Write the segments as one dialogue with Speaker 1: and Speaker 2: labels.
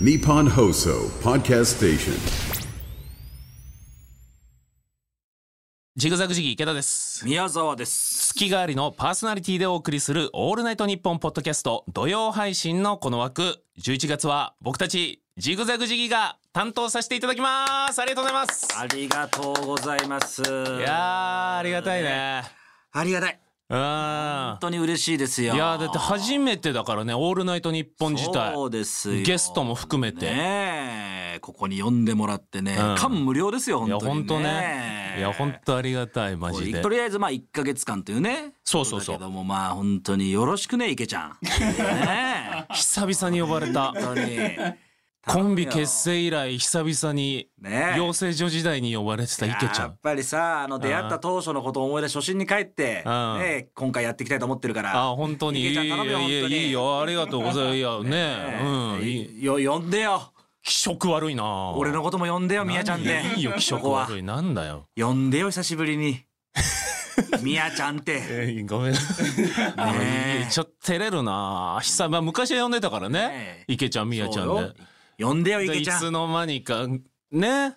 Speaker 1: Nippon Hoso Podcast Station.
Speaker 2: ジグザグジギー池田です。
Speaker 3: 宮沢です。
Speaker 2: 月替わりのパーソナリティでお送りするオールナイトニッポンポッドキャスト土曜配信のこの枠、11月は僕たちジグザグジギーが担当させていただきます。ありがとうございます。
Speaker 3: ありがとうございます。い
Speaker 2: いやーありがたい。ね。
Speaker 3: ありがたい。
Speaker 2: うん。い
Speaker 3: 本当に嬉しいですよ。
Speaker 2: やーだって初めてだからね、オールナイトニッポン自体。
Speaker 3: そうですよ
Speaker 2: ゲストも含めて。
Speaker 3: ねえここに呼んでもらってね、
Speaker 2: うん
Speaker 3: 感無量ですよ
Speaker 2: いや
Speaker 3: 本当に、ね。
Speaker 2: 本当ね。いや本当ありがたいマジで
Speaker 3: と。りあえずまあ一ヶ月間というね。
Speaker 2: そうそうそう
Speaker 3: だけどもまあ本当によろしくね池ちゃん。ねえ
Speaker 2: 久々に呼ばれた。
Speaker 3: 本当に。
Speaker 2: コンビ結成以来久々に
Speaker 3: ねえ
Speaker 2: 養成所時代に呼ばれてた池ちゃ
Speaker 3: や
Speaker 2: ん
Speaker 3: っ。ぱりさあの出会った当初のことを思い出し初心に帰って、
Speaker 2: うん
Speaker 3: ねえ今回やっていきたいと思ってるから
Speaker 2: あ本当にい
Speaker 3: 池
Speaker 2: い
Speaker 3: ち
Speaker 2: や
Speaker 3: ゃん
Speaker 2: い
Speaker 3: 頼むよ
Speaker 2: や
Speaker 3: 本当に
Speaker 2: いいよありがとうござい ますいやねうんいい
Speaker 3: よ呼んでよ
Speaker 2: 気色悪いな
Speaker 3: 俺のことも呼んでよみやちゃんって
Speaker 2: いいよ気色
Speaker 3: ここは
Speaker 2: 悪いなんだよ
Speaker 3: 呼んでよ久しぶり にみやちゃんって
Speaker 2: えご めんちょっと照れるな久々昔は呼んでたからね
Speaker 3: ねえ
Speaker 2: 池ちゃん宮ちゃ
Speaker 3: そうんよ呼んでよ
Speaker 2: でで
Speaker 3: 池
Speaker 2: い
Speaker 3: ちゃ
Speaker 2: つ
Speaker 3: ん
Speaker 2: の間にかね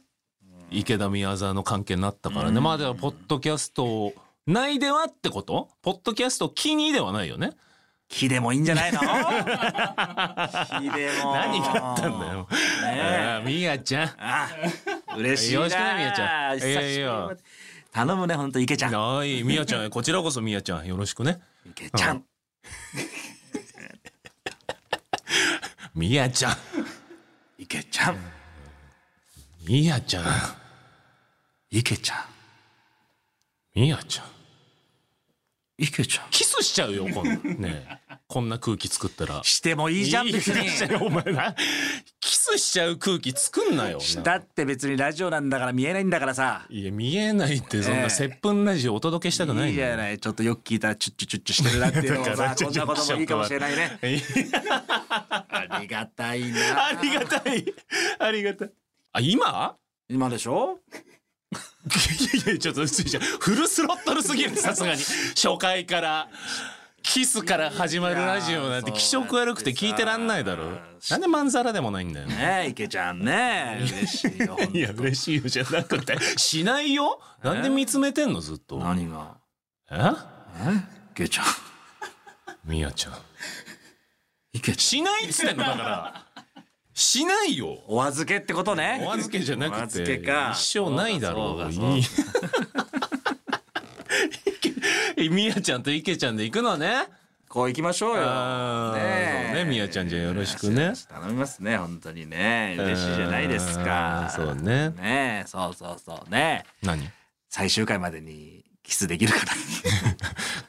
Speaker 2: 池田宮沢の関係になったからねまあではポッドキャスト内ではってことポッドキャスト気にではないよね
Speaker 3: 木でもいいんじ ゃないの木でも
Speaker 2: 何があったんだよ。ああみやちゃん。
Speaker 3: あ嬉しいな
Speaker 2: よろしくねみやちゃん
Speaker 3: 久しぶり
Speaker 2: いやいや
Speaker 3: 頼むねほんと池ちゃん
Speaker 2: おい、みやちゃん、こちらこそみやちゃん、よろしくね。
Speaker 3: 池ちゃん
Speaker 2: みやちゃん。
Speaker 3: 池ちゃん
Speaker 2: みやちゃん。
Speaker 3: 池ちゃん
Speaker 2: みやちゃん。
Speaker 3: 池ちゃん
Speaker 2: キスしちゃうよ、こんな。ねえこんな空気作ったら。
Speaker 3: してもいいじゃん
Speaker 2: いい
Speaker 3: 別に
Speaker 2: してよお前な。キスしちゃう空気作んなよ。
Speaker 3: だって別にラジオなんだから見えないんだからさ
Speaker 2: いや、見えないって、そん
Speaker 3: え
Speaker 2: な
Speaker 3: え
Speaker 2: 接吻ラジオお届けしたくない
Speaker 3: い
Speaker 2: ん
Speaker 3: じ
Speaker 2: だよ
Speaker 3: ゃないちょっとよく聞いたらチュッチュチュッチュしてるなっていうのも
Speaker 2: だから
Speaker 3: さ
Speaker 2: チュッ
Speaker 3: こん
Speaker 2: チュ
Speaker 3: なこともいいかもしれないね
Speaker 2: いや
Speaker 3: ありがたい
Speaker 2: あ
Speaker 3: な
Speaker 2: りがたい。ありがたい。あ、今
Speaker 3: 今でしょ
Speaker 2: いやいや、ちょっと、ちょちょフルスロットルすぎる、さすがに。初回から、キスから始まるラジオなんて気色悪くて聞いてらんないだろ。なんでまんざらでもないんだよ。
Speaker 3: ねえ池ちゃんね嬉しいよほんと
Speaker 2: いや、嬉しいよじゃなくて。しないよなんで見つめてんの、ずっと。
Speaker 3: 何が
Speaker 2: え
Speaker 3: 池ちゃん
Speaker 2: みやちゃん。
Speaker 3: 池ち
Speaker 2: しないっつってんの、だから。しないよ
Speaker 3: ゃんお預けってことね
Speaker 2: お預けじゃなくて
Speaker 3: お預けか
Speaker 2: 一生ないだろ
Speaker 3: そううか
Speaker 2: い
Speaker 3: そうか
Speaker 2: い いけみやちゃんといけちゃんで行くのね
Speaker 3: こう行きましょうよ
Speaker 2: あーそうねみやちゃんじゃよろしくね
Speaker 3: 頼みますね本当にね嬉しいじゃないです
Speaker 2: あー
Speaker 3: か
Speaker 2: そうね
Speaker 3: ねえそうそうそうね
Speaker 2: 何
Speaker 3: 最終回までにキスできるか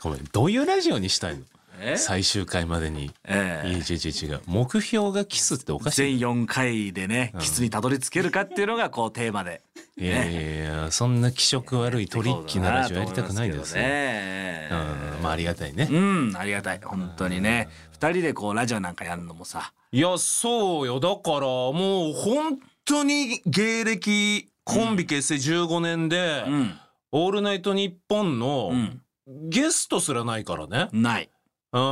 Speaker 2: ごめんどういうラジオにしたいの
Speaker 3: なえ
Speaker 2: 最終回までに
Speaker 3: え
Speaker 2: いや違う違う違う目標がキスっておかし
Speaker 3: 全4回でね、キスにたどり着けるかっていうのがこうテーマで。
Speaker 2: いいやいやいやそんな気色悪いトリッキーなラジオやりたくないです
Speaker 3: ね
Speaker 2: よ
Speaker 3: え
Speaker 2: う。んまあありがたいね
Speaker 3: うん、ありがたい。本当にね。二人でこうラジオなんかやるのもさ。
Speaker 2: いや、そうよ。だから、もう、本当に芸歴、コンビ結成15年で、
Speaker 3: うん。
Speaker 2: オールナイトニッポンの
Speaker 3: う、ん。
Speaker 2: ゲストすらないからね。
Speaker 3: ない。
Speaker 2: あ
Speaker 3: な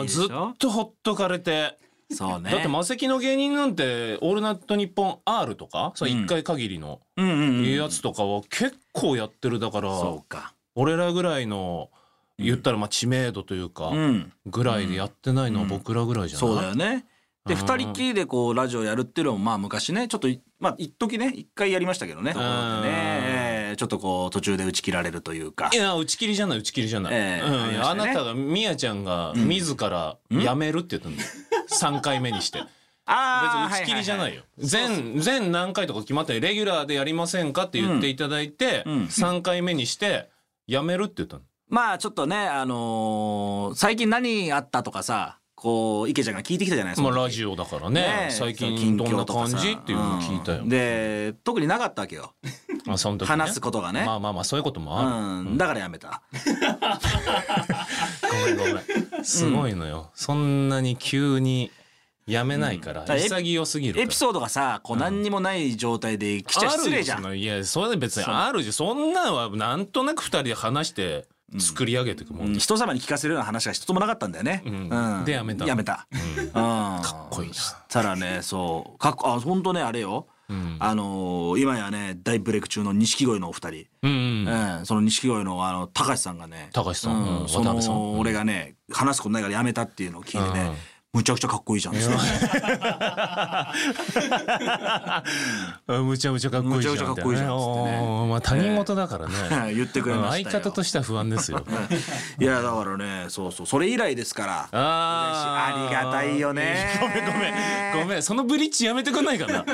Speaker 2: ー
Speaker 3: いでし
Speaker 2: ず
Speaker 3: ょ
Speaker 2: っとほっとかれて。
Speaker 3: そうね。
Speaker 2: だって、魔石の芸人なんて、オールナイトニッポン R とか、そう1回限りの、
Speaker 3: うんうん、うん。
Speaker 2: いうやつとかは結構やってる。だから、
Speaker 3: そうか。
Speaker 2: 俺らぐらいの、言ったら、まあ、知名度というか、
Speaker 3: うん。
Speaker 2: ぐらいでやってないのは僕らぐらいじゃない、
Speaker 3: そうだよね。で、
Speaker 2: うん
Speaker 3: 二人きりでこうラジオやるっていうのも、まあ昔ね、ちょっと、まあ一時ね、一回やりましたけどね。ところでねええちょっとこう途中で打ち切られるというか
Speaker 2: い。や、打ち切りじゃない、打ち切りじゃない。
Speaker 3: ええ
Speaker 2: うん
Speaker 3: ありま
Speaker 2: あ
Speaker 3: したね
Speaker 2: なたが、みやちゃんが、自ら、辞めるって言ったんだよ。3回目にして。別に
Speaker 3: あ
Speaker 2: 打ち切りじゃない
Speaker 3: よ。
Speaker 2: よ。全、全何回とか決まって、レギュラーでやりませんかって言っていただいて、
Speaker 3: うん
Speaker 2: 3回目にして、辞めるって言ったの。
Speaker 3: まあちょっとね、あのー最近何あったとかさ、こう、池ちゃんが聞いてきたじゃないですか。
Speaker 2: まあ、ラジオだからね。最近、どんな感じっていうのを聞いたよ。
Speaker 3: で、特になかったわけよ。
Speaker 2: まあ、その時ね
Speaker 3: 話すことがね。
Speaker 2: まあまあまあ、そういうこともある。
Speaker 3: うん、だからやめた。
Speaker 2: ごめんごめん。すごいのよ。そんなに急に、辞めないから、
Speaker 3: だからエピ
Speaker 2: 潔すぎるから。
Speaker 3: エピソードがさ、こう何にもない状態で来ちゃ失礼じゃ
Speaker 2: あるよそ
Speaker 3: ん。
Speaker 2: のいやそれ別にあるじゃんそんなんはなんとなく二人で話して作り上げていくもんね、
Speaker 3: 人様に聞かせるような話が一つもなかったんだよね。
Speaker 2: んでやめた
Speaker 3: やめた。かっ
Speaker 2: こいいな
Speaker 3: たらね、そう、かっこ、あ、本当ね、あれよ。あのー今やね、大ブレイク中の錦鯉のお二人。
Speaker 2: うんうん
Speaker 3: うん、その錦鯉のあの高橋さんがね
Speaker 2: 高橋さんうん
Speaker 3: そ
Speaker 2: 渡辺さんう
Speaker 3: の俺がね話すことないからやめたっていうのを聞いてね、むちゃくちゃかっこいいじゃん
Speaker 2: あむちゃむちゃかっこいいじゃん
Speaker 3: むちゃくちゃかっこいいじゃんっつってね
Speaker 2: おーまあ他人事だからね
Speaker 3: 言ってくれましたよ
Speaker 2: うん相方としては不安 ですよ
Speaker 3: いやだからねそうそうそれ以来ですから
Speaker 2: あー
Speaker 3: 嬉しいありがたいよね
Speaker 2: ごめんごめんごめんそのブリッジやめてくんないかな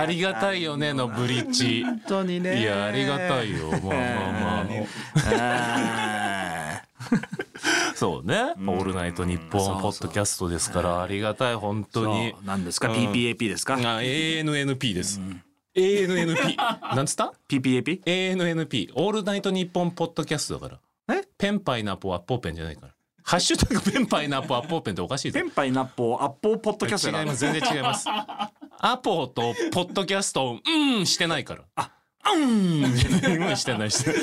Speaker 2: ありがたいよねのブリッジ
Speaker 3: 本当にね
Speaker 2: いやありがたいよまあまあま
Speaker 3: あ
Speaker 2: あそうね「オールナイトニッポン」ポッドキャストですからありがたい本
Speaker 3: ー
Speaker 2: 当に
Speaker 3: そうなんですか
Speaker 2: うん
Speaker 3: PPAP ですか
Speaker 2: あ ANNP です。ANNP。なんつった
Speaker 3: PPAP
Speaker 2: ?ANNP。オールナイトニッポンポッドキャストだから。
Speaker 3: え
Speaker 2: ペンパイナポアッポーペンじゃないから。ハッシュタグペンパイナポアッポーペンっておかしい
Speaker 3: ペ
Speaker 2: ぞ。
Speaker 3: ンパイナッポーアッポーポッドキャスト
Speaker 2: 違
Speaker 3: や
Speaker 2: い
Speaker 3: な
Speaker 2: ます。全然違います。アポとポッドキャストをうんしてないから。あ、うんしてないしてない。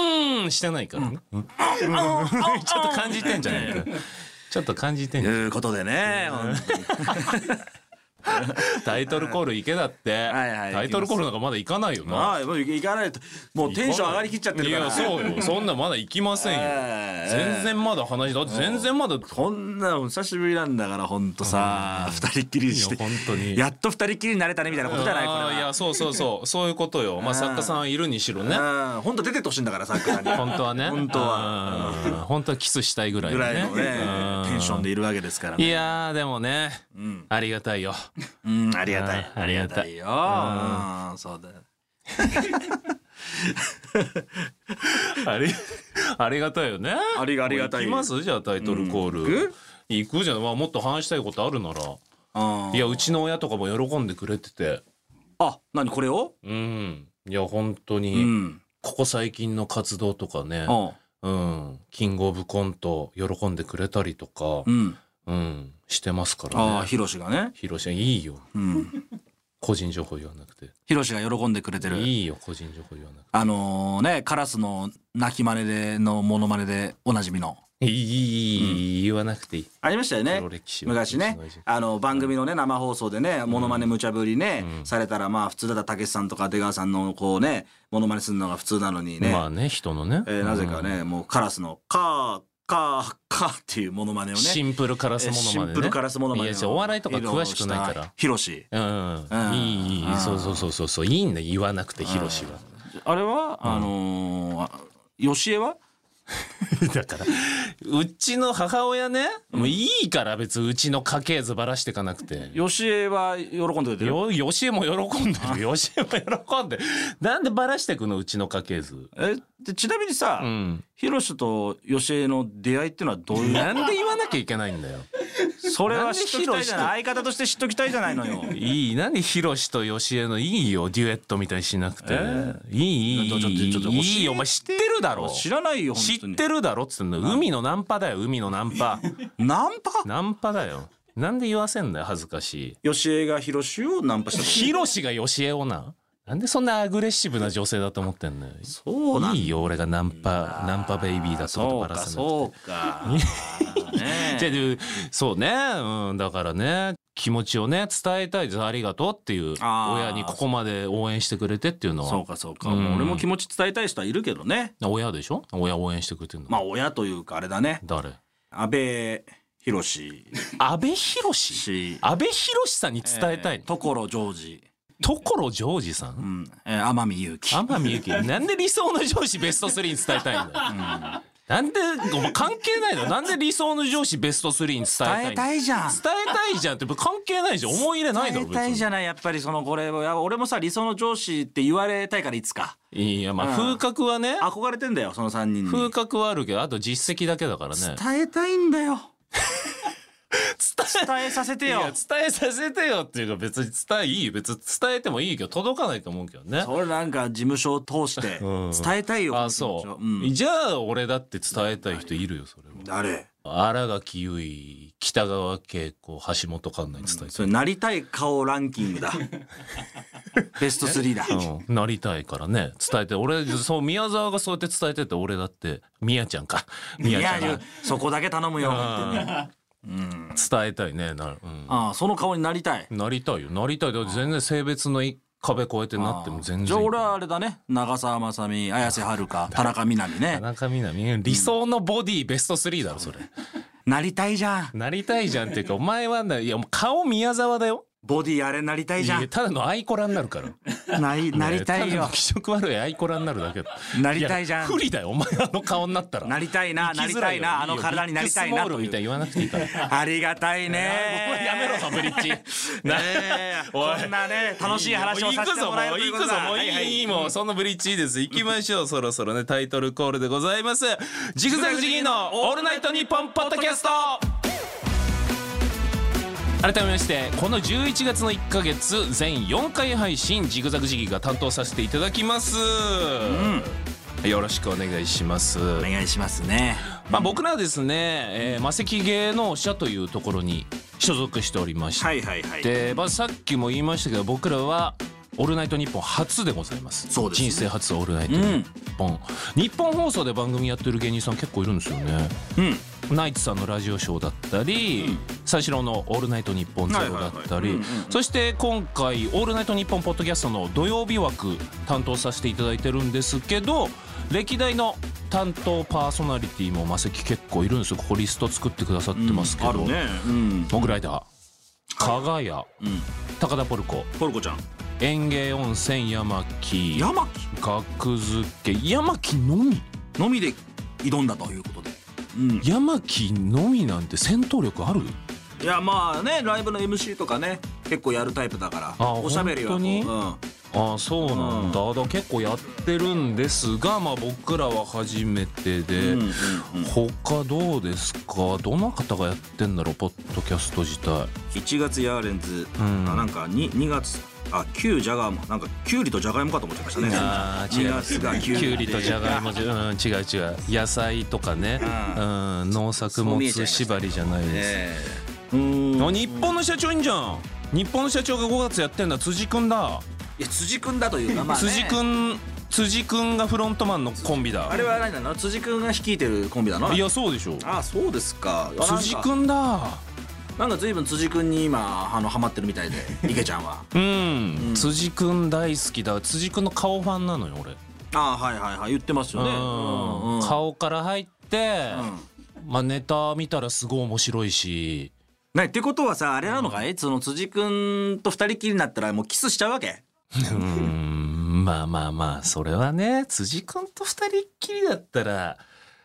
Speaker 2: うんしてないからね。うんちょっと感じてんじゃないか。ちょっと感じてん
Speaker 3: と
Speaker 2: じゃん
Speaker 3: いうことでね本当に
Speaker 2: タイトルコール行けだって。
Speaker 3: はいはい
Speaker 2: タイトルコールなんかまだ行かないよな。
Speaker 3: はいもう行かないともうテンション上がりきっちゃってるか
Speaker 2: い
Speaker 3: ら
Speaker 2: やそうよそんなまだ行きませんよ
Speaker 3: ええ
Speaker 2: 全然まだ話だって全然まだ
Speaker 3: こんなの久しぶりなんだからほんとさ二人っきりして
Speaker 2: いや本当に
Speaker 3: やっと二人っきりになれたねみたいなことじゃないこれ
Speaker 2: あーいやそうそうそうそういうことよまあ作家さんいるにしろね
Speaker 3: はうんほんと出てってほしいんだからさっきから
Speaker 2: 本当はね
Speaker 3: 本当は
Speaker 2: うん本当はキスしたいぐらい
Speaker 3: ぐ
Speaker 2: の
Speaker 3: らい
Speaker 2: ね
Speaker 3: のね
Speaker 2: うん
Speaker 3: テンションでいるわけですから
Speaker 2: い
Speaker 3: ね
Speaker 2: やーでもねありがたいよ
Speaker 3: うんありがたい
Speaker 2: あありがたい
Speaker 3: ようんそうだよ
Speaker 2: ありありがたいよね
Speaker 3: ありがありがたい
Speaker 2: 行きますじゃあタイトルコール、行くじゃん、まあ、もっと話したいことあるなら
Speaker 3: うん
Speaker 2: いやうちの親とかも喜んでくれてて
Speaker 3: あ何これを
Speaker 2: うんいや本当に、
Speaker 3: うん
Speaker 2: ここ最近の活動とかね、
Speaker 3: うん
Speaker 2: うん、キングオブコント喜んでくれたりとか
Speaker 3: う、ん
Speaker 2: うん、してますから
Speaker 3: ああ
Speaker 2: ね。
Speaker 3: ヒロシがね
Speaker 2: 広島いいよ。
Speaker 3: うん
Speaker 2: 個人情報言わなくて。
Speaker 3: ヒロシが喜んでくれてる
Speaker 2: いいよ、個人情報言わなく
Speaker 3: あのーねカラスの鳴き真似でのモノマネでおなじみの
Speaker 2: て。いい、いい、いい、言わなくていい。
Speaker 3: ありましたよね
Speaker 2: 黒歴史は
Speaker 3: 昔ね
Speaker 2: 黒歴史
Speaker 3: あの番組のね生放送でねモノマネ無茶ぶりね、されたらまあ普通だったらたけしさんとか出川さんのこうねモノマネするのが普通なのにね、
Speaker 2: まあね、人のね。
Speaker 3: えーなぜかね、もうカラスの「カーカーカー」っていうモノマネをね
Speaker 2: シンプルカラスモノマネ、ね。
Speaker 3: シンプルカラスモノマネ
Speaker 2: いや、お笑いとか詳しくないから。
Speaker 3: ヒロシ
Speaker 2: うん、
Speaker 3: うん
Speaker 2: いい、いい、そうそうそうそうそう、いいんだ、言わなくて、広しは。
Speaker 3: あれはあのー、よしえは
Speaker 2: だから、うちの母親ね、もういいから別にうちの家系図ばらしていかなくて。
Speaker 3: よしえは喜んでくれてる
Speaker 2: よ、よしえも喜んでる。 よしえも喜んでる。なんでばらしてくのうちの家系図。
Speaker 3: えでちなみにさ、
Speaker 2: うん。
Speaker 3: ヒロシとよしえの出会いっていうのはどういう
Speaker 2: なんで言わなきゃいけないんだよ。
Speaker 3: それ
Speaker 2: な
Speaker 3: は
Speaker 2: んで
Speaker 3: 知っときたいじゃない相方として知っときたいじゃないのよ
Speaker 2: いい。なんでヒロシとよしえのいいよ。デュエットみたいにしなくて。いい、いい、
Speaker 3: ちょっと
Speaker 2: いい
Speaker 3: ちょっと
Speaker 2: いい
Speaker 3: 教えて
Speaker 2: よ。お前知ってるだろ。
Speaker 3: 知らないよ
Speaker 2: 知
Speaker 3: 本当
Speaker 2: っ
Speaker 3: に
Speaker 2: てるだろっつってんの。海のナンパだよ。海のナン パ。
Speaker 3: ナンパ
Speaker 2: ナンパだよ。なんで言わせんだよ。恥ずかしい。
Speaker 3: よしえがヒロシをナンパした
Speaker 2: ヒロシがよしえをな。なんでそんなアグレッシブな女性だと思ってんのよ。
Speaker 3: そうなんだ
Speaker 2: いいよ、俺がナンパ、ナンパベイビーだってこと
Speaker 3: そう
Speaker 2: ばら
Speaker 3: か
Speaker 2: さなくて。
Speaker 3: そうかね
Speaker 2: じゃあでそうね、うん、だからね気持ちをね伝えたいですありがとうっていう
Speaker 3: あー
Speaker 2: 親にここまで応援してくれてっていうの
Speaker 3: そう
Speaker 2: は
Speaker 3: かそうかもう俺も気持ち伝えたい人はいるけどね
Speaker 2: 親でしょ親応援してくれてるの、
Speaker 3: まあ親というかあれだね
Speaker 2: 誰
Speaker 3: 安倍博士
Speaker 2: 安倍博士
Speaker 3: 氏
Speaker 2: 安倍博士さんに伝えたいの、
Speaker 3: 所ジョージ
Speaker 2: 所ジョージさ
Speaker 3: うんんえー天海祐希
Speaker 2: 天海祐希 なんで理想の上司ベスト3に伝えたいんだよ、なんでお前関係ないだろなんで理想の上司ベスト3に伝えた
Speaker 3: 伝
Speaker 2: い
Speaker 3: え
Speaker 2: んだ
Speaker 3: たいじゃん
Speaker 2: 伝えたいじゃんって関係ないじゃん思い入れないだろ
Speaker 3: 伝えたいじゃないやっぱりそのこれは俺もさ理想の上司って言われたいからいつか
Speaker 2: いやまあ風格はね、
Speaker 3: 憧れてんだよその3人に
Speaker 2: 風格はあるけどあと実績だけだからね
Speaker 3: 伝えたいんだよ
Speaker 2: 伝
Speaker 3: 伝えさせて
Speaker 2: い
Speaker 3: よ
Speaker 2: や伝えさせてよっていうか別に伝えいいよ別に伝えてもいいけど届かないと思うけどね
Speaker 3: それなんか事務所を通して伝えたいよ、
Speaker 2: あそう、
Speaker 3: うん、
Speaker 2: じゃあ俺だって伝えたい人いるよそれは
Speaker 3: 誰
Speaker 2: 新垣結衣北川景子橋本環奈に伝え
Speaker 3: それなりたい顔ランキン グだベスト3だ
Speaker 2: て、うんなりたいからね伝えて俺そう宮沢がそうやって伝えてて俺だって宮ちゃんか
Speaker 3: い
Speaker 2: 宮ちゃ
Speaker 3: や
Speaker 2: ん
Speaker 3: いや
Speaker 2: が
Speaker 3: そこだけ頼むよ本当に
Speaker 2: 伝えたいねな,、う
Speaker 3: ああその顔になりたい
Speaker 2: ん、なりたいよなりたいだって全然性別のい壁越えてなっても全然
Speaker 3: じゃあ俺はあれだね長澤まさみ綾瀬はるか田中みな実
Speaker 2: 田
Speaker 3: ね
Speaker 2: 中みな実理想のボディベスト3だろそれ
Speaker 3: なりたいじゃん
Speaker 2: なりたいじゃんっていう かお前はないやもう顔宮沢だよ
Speaker 3: ボディあれなりたい
Speaker 2: い
Speaker 3: じゃ
Speaker 2: や
Speaker 3: ん
Speaker 2: ただのアイコラになるから
Speaker 3: ないなりたい
Speaker 2: だ
Speaker 3: よ
Speaker 2: の気色悪いアイコラになるだけだ
Speaker 3: なりたいじゃん
Speaker 2: や不利だよお前あの顔になったら
Speaker 3: なりたいななり
Speaker 2: づ
Speaker 3: た
Speaker 2: ら
Speaker 3: い
Speaker 2: よ
Speaker 3: なあの体になりたい
Speaker 2: ビッ
Speaker 3: な
Speaker 2: グスモールみたいに言わなくていい から
Speaker 3: ありがたいね
Speaker 2: やめろサブリッチ
Speaker 3: ね
Speaker 2: な
Speaker 3: え
Speaker 2: おい
Speaker 3: こんなね楽しい話をさせてもらえるという
Speaker 2: 行く
Speaker 3: こと
Speaker 2: ぞ
Speaker 3: だ
Speaker 2: もう行くぞもういい、
Speaker 3: はいはい
Speaker 2: いいもうそのブリッジいいです行きましょうそろそろねタイトルコールでございますジグザグジギーのオールナイトニッポンポッドキャスト改めましてこの11月の1ヶ月全4回配信ジグザグジギーが担当させていただきます、よろしくお願いします
Speaker 3: お願いしますね
Speaker 2: まあ、僕らはですね、えー、魔石芸能社というところに所属しておりまして、
Speaker 3: はいはいはい
Speaker 2: でまあ、さっきも言いましたけど僕らは「オールナイトニッポン」初でございます
Speaker 3: そうですね
Speaker 2: 人生初「オールナイトニッポン」日本放送で番組やってる芸人さん結構いるんですよね
Speaker 3: うん
Speaker 2: ナイツさんのラジオショーだったり、三四郎の「オールナイトニッポンゼロだった
Speaker 3: はいはいはいうん
Speaker 2: り
Speaker 3: うん
Speaker 2: そして今回「オールナイトニッポン」ポッドキャストの土曜日枠担当させていただいてるんですけど歴代の担当パーソナリティもマセキ結構いるんですよここリスト作ってくださってますけど、
Speaker 3: あるねうん
Speaker 2: モグライダー加賀屋、
Speaker 3: ん
Speaker 2: 高田ポルコ
Speaker 3: ポルコちゃん
Speaker 2: 園芸温泉山木
Speaker 3: 山
Speaker 2: 格付け山木のみ
Speaker 3: 木のみで挑んだということでうん
Speaker 2: 山木のみなんて戦闘力ある
Speaker 3: いやまあねライブの MC とかね結構やるタイプだから
Speaker 2: あ
Speaker 3: おしゃべりはこう
Speaker 2: 本当に
Speaker 3: うん
Speaker 2: ああそうなんだ,、だ結構やってるんですが、まあ、僕らは初めてで、
Speaker 3: うんうん
Speaker 2: 他どうですかどの方がやってんだろうポッドキャスト自体
Speaker 3: 1月ヤーレンズ、
Speaker 2: ん
Speaker 3: あなんか 2, 2月あ旧ジャガーマンなんかキュウリとジャガイモかと思っちゃいましたね
Speaker 2: あー違
Speaker 3: 2
Speaker 2: います
Speaker 3: 月が
Speaker 2: き
Speaker 3: キュウリ
Speaker 2: ゅうりとじゃがいもじゃうん違う違う野菜とかね、
Speaker 3: う
Speaker 2: うん農作
Speaker 3: そう見
Speaker 2: 物
Speaker 3: えちゃいました
Speaker 2: 縛りじゃないです、
Speaker 3: ええうん
Speaker 2: あ日本の社長いいんじゃん日本の社長が5月やってんだ辻君だ、
Speaker 3: いや辻君だというか、まあね、
Speaker 2: 辻君辻君がフロントマンのコンビだ
Speaker 3: あれは何なの辻君が率いてるコンビなの
Speaker 2: いやそうでしょ
Speaker 3: ああそうですかあ
Speaker 2: 辻
Speaker 3: なんか
Speaker 2: 君だ
Speaker 3: なんか随分辻君に今あのハマってるみ たいで池ちゃんは
Speaker 2: うん、辻君大好きだ辻君の顔ファンなのよ俺、
Speaker 3: ああはいはいはい言ってますよね
Speaker 2: うん
Speaker 3: うんうん
Speaker 2: 顔から入って、まあネタ見たらすごい面白いし
Speaker 3: ねってことはさあれなのかい、その辻君と二人きりになったらもうキスしちゃうわけ
Speaker 2: うんまあまあまあそれはね辻君と二人っきりだったら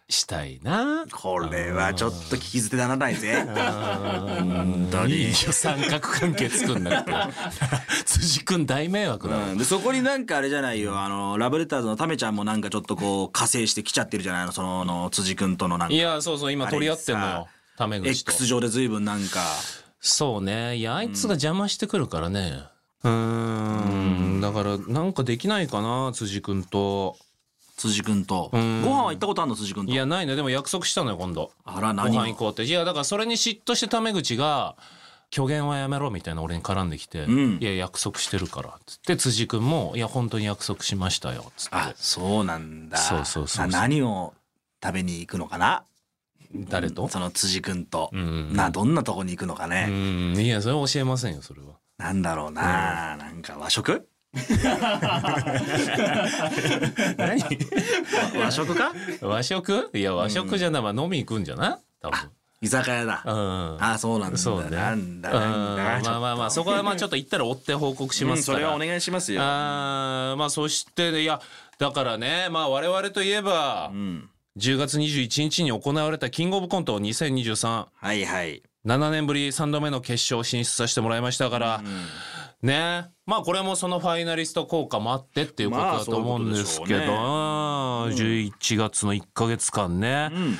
Speaker 2: したいな
Speaker 3: これはちょっと聞き捨てならないぜ
Speaker 2: 本当に三角関係作んな くて辻君大迷惑だ、
Speaker 3: うん、でそこになんかあれじゃないよあのラブレターズのためちゃんもなんかちょっとこう加勢してきちゃってるじゃないのそのあの辻君とのなんか
Speaker 2: いやそうそう今取り合ってんの
Speaker 3: あれ
Speaker 2: よ
Speaker 3: さ
Speaker 2: タメ口と
Speaker 3: X 上で随分なんか
Speaker 2: そうねいやあいつが邪魔してくるからねうんんだからなんかできないかな辻君と
Speaker 3: 辻君とご
Speaker 2: ん
Speaker 3: 飯は行ったことあるの辻君と
Speaker 2: いやないねでも約束したのよ今度
Speaker 3: あら
Speaker 2: ご
Speaker 3: 何
Speaker 2: 飯行こうっていやだからそれに嫉妬してタメ口が虚言はやめろみたいな俺に絡んできて「
Speaker 3: ん
Speaker 2: いや約束してるから」っつって辻君も「いや本当に約束しましたよ」っつって
Speaker 3: あそうなんだ
Speaker 2: そうそうそうそう
Speaker 3: な何を食べに行くのかな
Speaker 2: 誰と
Speaker 3: その辻君と、
Speaker 2: ん
Speaker 3: などんなとこに行くのかね、
Speaker 2: うんいやそれは教えませんよそれは
Speaker 3: なんだろうな、なんか和食
Speaker 2: 何
Speaker 3: 和食か
Speaker 2: 和食いや和食じゃない、まあ飲み行くんじゃない多分
Speaker 3: 居酒屋だ、
Speaker 2: うん
Speaker 3: あそうなんだ
Speaker 2: そうね
Speaker 3: なんだ
Speaker 2: うん
Speaker 3: なんだち
Speaker 2: ま
Speaker 3: ょっ
Speaker 2: あ
Speaker 3: と
Speaker 2: まあまあそこはまあちょっと行ったら追って報告し
Speaker 3: う
Speaker 2: ま
Speaker 3: ん
Speaker 2: す
Speaker 3: そ
Speaker 2: か
Speaker 3: れ
Speaker 2: ら、
Speaker 3: はお願いしますよ
Speaker 2: あーまあそしてねいやだからねまあ我々といえば、
Speaker 3: うん
Speaker 2: 10月21日に行われたキングオブコント2023。
Speaker 3: はいはい
Speaker 2: 7年ぶり3度目の決勝進出させてもらいましたから、ねまあこれもそのファイナリスト効果もあってっていうこと
Speaker 3: まあ
Speaker 2: だと思うんですけど、11月の1ヶ月間ね、
Speaker 3: ん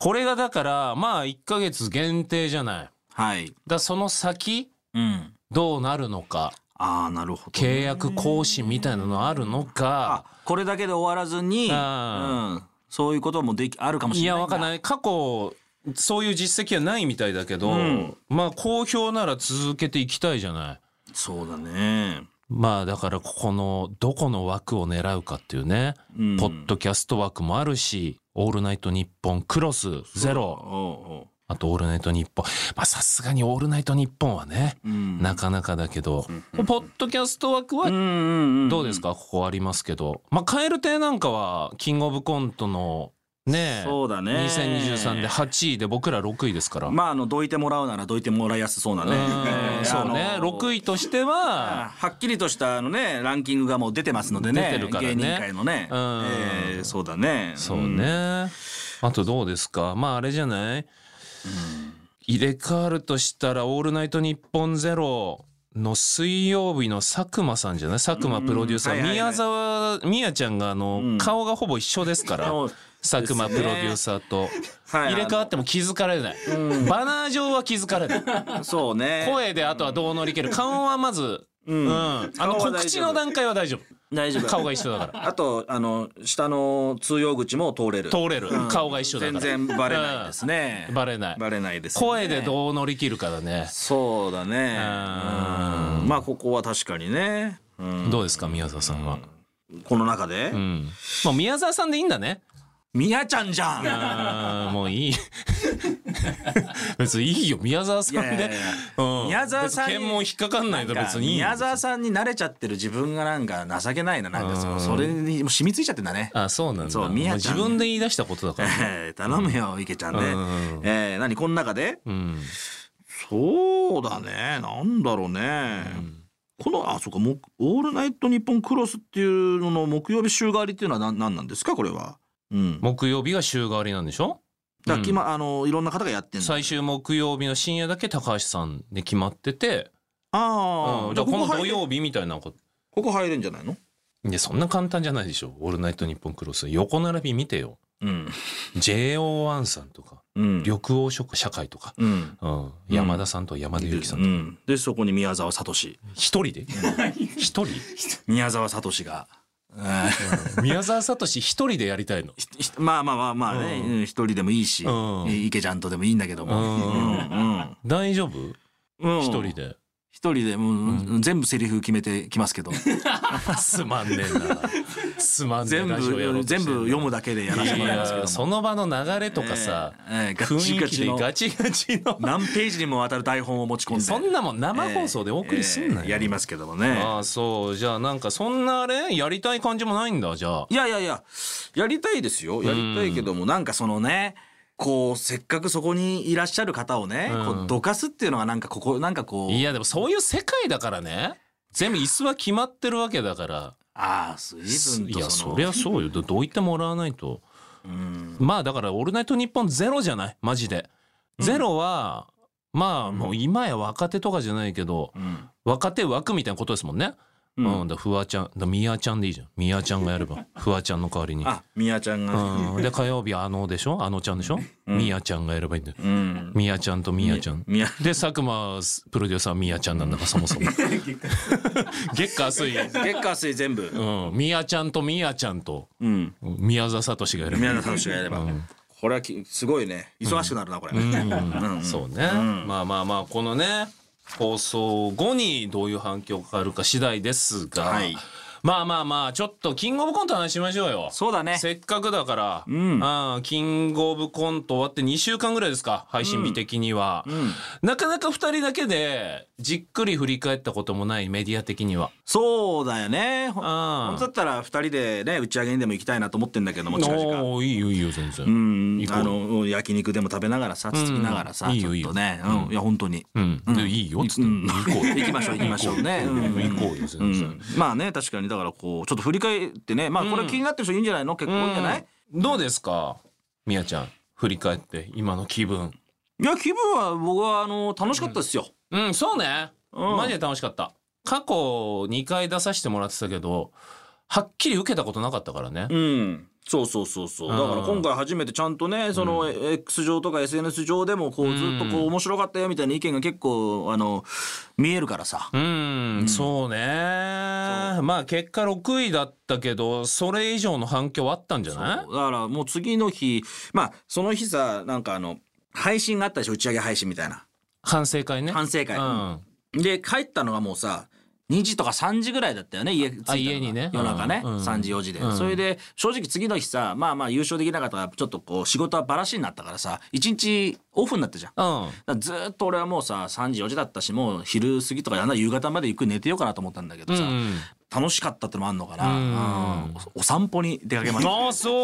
Speaker 2: これがだからまあ1ヶ月限定じゃないだか
Speaker 3: はい
Speaker 2: らその先
Speaker 3: うん
Speaker 2: どうなるのか
Speaker 3: ああなるほど
Speaker 2: 契約更新みたいなのあるの
Speaker 3: あ
Speaker 2: か
Speaker 3: これだけで終わらずに、う
Speaker 2: あ
Speaker 3: ん、そういうこともできあるかもし
Speaker 2: い
Speaker 3: れない
Speaker 2: やわかん
Speaker 3: い
Speaker 2: ない過去そういう実績はないみたいだけど、
Speaker 3: うん
Speaker 2: まあ好評なら続けていきたいじゃない。
Speaker 3: そうだね。
Speaker 2: まあだからここのどこの枠を狙うかっていうね、
Speaker 3: うん
Speaker 2: ポッドキャスト枠もあるし「オールナイトニッポン」クロスゼロ
Speaker 3: お
Speaker 2: あと「オールナイトニッポン」まあさすがに「オールナイトニッポン」はね、
Speaker 3: うおう。うん
Speaker 2: なかなかだけど、ポッドキャスト枠
Speaker 3: うん
Speaker 2: は
Speaker 3: うんん
Speaker 2: どうですか、ここありますけどまあ蛙亭なんかは「キングオブコント」のね
Speaker 3: そうだね
Speaker 2: 2023で8位で僕ら6位ですから。
Speaker 3: まああのどいてもらうならどいてもらいやすそうなね
Speaker 2: う。んそうね6
Speaker 3: 位。
Speaker 2: 位としては
Speaker 3: はっきりとしたあのねランキングがもう出てますのでね。
Speaker 2: 出てるからね
Speaker 3: 芸人界のね。
Speaker 2: うん
Speaker 3: えーそうだね。
Speaker 2: そうね。あとどうですかまああれじゃない、入れ替わるとしたら「オールナイトニッポンゼロの水曜日の佐久間さんじゃない佐久間プロデューサー、
Speaker 3: うんはいはいは
Speaker 2: 宮
Speaker 3: い
Speaker 2: 沢宮ちゃんがあの、
Speaker 3: ん
Speaker 2: 顔がほぼ一緒です から
Speaker 3: そう
Speaker 2: 佐久間プロデューサーと、
Speaker 3: はい
Speaker 2: 入れ替わっても気づかれない、バナー上は気づかれない
Speaker 3: うん。そうね。
Speaker 2: 声であとはどう乗り切る顔はまず、うんあの
Speaker 3: 顔は大丈夫
Speaker 2: 告知の段階は大丈夫
Speaker 3: 大丈夫。
Speaker 2: 顔が一緒だから
Speaker 3: あとあの下の通用口も通れる。
Speaker 2: 通れる、
Speaker 3: うん
Speaker 2: 顔が一緒だから
Speaker 3: 全然バレないですね。
Speaker 2: バレない
Speaker 3: バレないですね。
Speaker 2: 声でどう乗り切るかだね。
Speaker 3: そうだね。うんまあここは確かにね。うん
Speaker 2: どうですか宮沢さんは。
Speaker 3: この中で、
Speaker 2: うん。もう宮沢さんでいいんだね。
Speaker 3: みやちゃんじゃん。
Speaker 2: あーもういい。 別にいいよ宮沢さん
Speaker 3: いやい
Speaker 2: で
Speaker 3: やい。
Speaker 2: うん
Speaker 3: 宮沢さんに
Speaker 2: 別に検問引っかかんないだろ別にいいよ。
Speaker 3: 宮沢さんに慣れちゃってる自分がなんか情けないななんです
Speaker 2: う
Speaker 3: よ
Speaker 2: ん
Speaker 3: それにもう染みついちゃってんだね
Speaker 2: あそうなんだ。
Speaker 3: そう
Speaker 2: もう
Speaker 3: 宮ちゃ
Speaker 2: 自
Speaker 3: ん
Speaker 2: 分で言い出したことだから。
Speaker 3: えー頼むよ池ちゃんね
Speaker 2: うん
Speaker 3: えー何この中で
Speaker 2: うん。
Speaker 3: そうだねなんだろうねこのあそうかもうオールナイトニッポンクロス」っていうのの木曜日週替わりっていうのは何何なんですかこれはうん
Speaker 2: 木曜日が週替わりなんでしょ。
Speaker 3: だから今あのいろんな方がやってんの
Speaker 2: 最終木曜日の深夜だけ高橋さんで決まってて。
Speaker 3: あ
Speaker 2: う
Speaker 3: あ
Speaker 2: ん。じゃあこの土
Speaker 3: こ
Speaker 2: 曜日みたいなこと。
Speaker 3: ここ入れんじゃないの
Speaker 2: いやそんな簡単じゃないでしょ。オールナイトニッポンクロス横並び見てよ。
Speaker 3: うん、
Speaker 2: JO1 さんとか
Speaker 3: うん
Speaker 2: 緑黄色社会とか、
Speaker 3: うん
Speaker 2: うん、山田さんとか山田裕貴さん
Speaker 3: う
Speaker 2: とか
Speaker 3: ん、でそこに宮沢聡
Speaker 2: 一、 人で一人
Speaker 3: 宮沢聡が、えー
Speaker 2: 宮沢聡一人でやりたいの
Speaker 3: ひひまあまあまあまあね、
Speaker 2: う
Speaker 3: うんん一人でもいいし、
Speaker 2: うん
Speaker 3: 池ちゃんとでもいいんだけども、
Speaker 2: うん大丈夫
Speaker 3: うんうん
Speaker 2: 一人で
Speaker 3: 一人で、うんうん全部セリフ決めてきます けど
Speaker 2: すまん ねえなすまんねえ
Speaker 3: 全部
Speaker 2: ラジオやろうとして
Speaker 3: 全
Speaker 2: ん
Speaker 3: 部
Speaker 2: の
Speaker 3: 読むだけでやらせてもらいます
Speaker 2: い
Speaker 3: けど
Speaker 2: や
Speaker 3: も
Speaker 2: その場の流れとかさ、
Speaker 3: えーえーガチ
Speaker 2: 雰
Speaker 3: ガ
Speaker 2: 囲気
Speaker 3: チ
Speaker 2: で
Speaker 3: の
Speaker 2: ガチガチの
Speaker 3: 何ページにもわたる台本を持ち込んで
Speaker 2: そんなもん生放送でお送りすんなよ、
Speaker 3: えーやりますけどもね
Speaker 2: ああそうじゃあなんかそんなあれやりたい感じもないんだじゃあ
Speaker 3: いやいやいや、やりたいですよ。やりたいけども、なんかそのね、こう、せっかくそこにいらっしゃる方をね、
Speaker 2: うん
Speaker 3: こう、どかすっていうのはなんかここ、なんかこう、
Speaker 2: いやでもそういう世界だからね全部椅子は決まってるわけだから
Speaker 3: ああ、随分
Speaker 2: い
Speaker 3: と
Speaker 2: や
Speaker 3: そ
Speaker 2: そ
Speaker 3: の、
Speaker 2: りゃそうよどどう言ってもらわないとまあだから「オールナイトニッポンゼロじゃないマジでゼロは、まあもう今や若手とかじゃないけど、
Speaker 3: ん
Speaker 2: 若手枠みたいなことですもんねうん、だからフワちゃんだからミヤちゃんでいいじゃんミヤちゃんがやればフワちゃんの代わりに、
Speaker 3: あ、みやちゃんが、
Speaker 2: うん、で火曜日あのでしょあのちゃんでしょミヤ、ちゃんがやればいいんだよ
Speaker 3: うん。
Speaker 2: ミヤちゃんとミヤちゃん
Speaker 3: みや、
Speaker 2: で佐久間プロデューサーミヤちゃんなんだからそもそ も月下水
Speaker 3: 月下水全部、
Speaker 2: うんミヤちゃんとミヤちゃんと
Speaker 3: うん。
Speaker 2: 宮沢聡がやる
Speaker 3: 宮田さんがやれば。これはきすごいね忙しくなるなこれ、うんうん
Speaker 2: そうね、まあまあまあこのね放送後にどういう反響があるか次第ですが、
Speaker 3: はい
Speaker 2: まあまあまあちょっとキングオブコントの話しましょうよ
Speaker 3: そうだね
Speaker 2: せっかくだから、
Speaker 3: ん
Speaker 2: ああキングオブコント終わって2週間ぐらいですか配信日的には、なかなか2人だけでじっくり振り返ったこともないメディア的には
Speaker 3: そうだよねほ
Speaker 2: あー
Speaker 3: 本当だったら2人でね打ち上げにでも行きたいなと思ってんだけども近々
Speaker 2: おーいいよいいよ全然、
Speaker 3: うん
Speaker 2: 行、こう
Speaker 3: あの焼肉でも食べながらさつつきながらさ、
Speaker 2: うん
Speaker 3: ちょっとね、うんいや本当に、
Speaker 2: うんでいいよっつって、行こうよ
Speaker 3: 行きましょう行きましょうね、うん
Speaker 2: 行こうよ全然、
Speaker 3: うんまあね確かにだからこうちょっと振り返ってねまあこれ気になってる人いるんじゃないの結構多いんじゃない、
Speaker 2: どうですかみやちゃん振り返って今の気分
Speaker 3: いや気分は僕はあの楽しかったですよ、
Speaker 2: うんそうね、
Speaker 3: うん
Speaker 2: マジで楽しかった過去2回出させてもらってたけどはっきり受けたことなかったからね、
Speaker 3: うんそうそうそうそうだから今回初めてちゃんとねその X 上とか SNS 上でもこうずっとこう面白かったよみたいな意見が結構あの見えるからさ、
Speaker 2: うん、そうねまあ結果6位だったけどそれ以上の反響はあったんじゃない
Speaker 3: だからもう次の日まあその日さなんかあの配信があったでしょ打ち上げ配信みたいな
Speaker 2: 反省会ね
Speaker 3: 反省会
Speaker 2: うん
Speaker 3: で帰ったのがもうさ2時とか3時ぐらいだったよね家着いたのが
Speaker 2: 家にね
Speaker 3: 夜中ね、
Speaker 2: うんうん
Speaker 3: 3時4時で、
Speaker 2: うん
Speaker 3: それで正直次の日さまあまあ優勝できなかったからちょっとこう仕事はバラシになったからさ1日オフになったじゃん
Speaker 2: うん
Speaker 3: だからずーっと俺はもうさ3時4時だったしもう昼過ぎとかやんな夕方までゆっくり寝てようかなと思ったんだけどさ、
Speaker 2: うん
Speaker 3: 楽しかったってのもあんのかな、
Speaker 2: うん
Speaker 3: うんお散歩に出かけました
Speaker 2: ああそう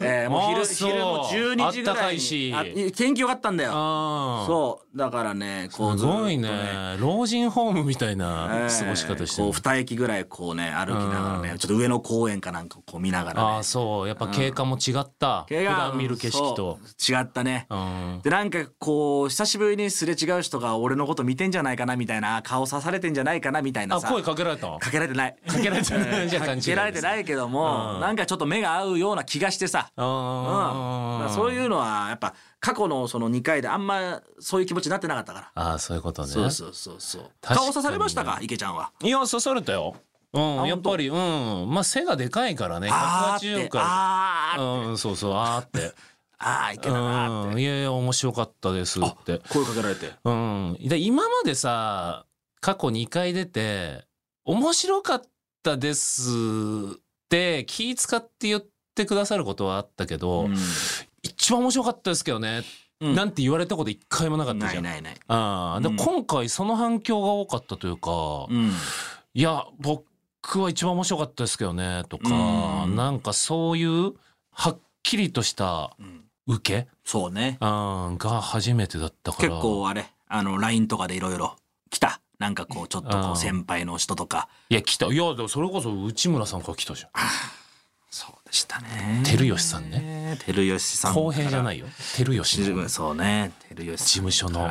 Speaker 3: えーもう
Speaker 2: あ
Speaker 3: 昼
Speaker 2: ーそう
Speaker 3: 昼も12時ぐ
Speaker 2: あったから
Speaker 3: い
Speaker 2: いし
Speaker 3: にあ天気良かったんだよ
Speaker 2: ああ
Speaker 3: そうだからねこう
Speaker 2: すごい
Speaker 3: ずーっと
Speaker 2: ね老人ホームみたい
Speaker 3: え
Speaker 2: な
Speaker 3: ー
Speaker 2: 過ごし方してる
Speaker 3: こう二駅ぐらいこうね歩きながらねちょっと上の公園かなんかこう見なが
Speaker 2: あ
Speaker 3: ら
Speaker 2: あ
Speaker 3: ね
Speaker 2: そうやっぱ景観も違った普
Speaker 3: 毛が
Speaker 2: 段見る景色と
Speaker 3: そう違ったね
Speaker 2: うん
Speaker 3: でなんかこう久しぶりにすれ違う人が俺のこと見てんじゃないかなみたいな顔刺されてんじゃないかなみたいな
Speaker 2: あ
Speaker 3: さ
Speaker 2: 声かけられた
Speaker 3: かけられてない
Speaker 2: かけられてないじゃあ勘違い
Speaker 3: かけられてないけども、なんかちょっと目が合うような気がしてさ、うん、だか
Speaker 2: あ
Speaker 3: ら
Speaker 2: あ
Speaker 3: そう
Speaker 2: う
Speaker 3: いうのはやっぱ過去のその2回であんまそういう気持ちになってなかったから、
Speaker 2: ああそういうことね
Speaker 3: そうそうそうそう
Speaker 2: 確か
Speaker 3: 顔
Speaker 2: に
Speaker 3: 刺されましたか池ちゃんはい
Speaker 2: や刺されたようんやっぱりうんまあ背がでかいからね
Speaker 3: あーって
Speaker 2: 180か
Speaker 3: あー
Speaker 2: らうんそうそうあーって
Speaker 3: ああいけたなーって
Speaker 2: うんいやいや面白かったですって
Speaker 3: 声かけられて
Speaker 2: うん。で今までさ、過去2回出て、面白かったですって気使って言ってくださることはあったけど、一番面白かったですけどね、
Speaker 3: うん
Speaker 2: なんて言われたこと一回もなかった
Speaker 3: な
Speaker 2: じゃ
Speaker 3: い
Speaker 2: ん。
Speaker 3: ないない
Speaker 2: ああ、で
Speaker 3: うん
Speaker 2: 今回その反響が多かったというか、
Speaker 3: うん
Speaker 2: いや、僕は一番面白かったですけどね、とか、
Speaker 3: うん
Speaker 2: なんかそういう、はっきりとした
Speaker 3: うん
Speaker 2: 受け、
Speaker 3: そうね
Speaker 2: うん、が初めてだったから。
Speaker 3: 結構あれあの LINE とかでいろいろ来たなんかこうちょっと
Speaker 2: あ
Speaker 3: こ
Speaker 2: ー
Speaker 3: う先輩の人とか
Speaker 2: いや、来た。いや、でもそれこそ内村さんから来たじゃん。
Speaker 3: そうでしたね
Speaker 2: 照吉さん
Speaker 3: ね照吉さん
Speaker 2: 公平じゃないいよ。照吉
Speaker 3: 自
Speaker 2: の
Speaker 3: 分そうね照吉
Speaker 2: 事務所の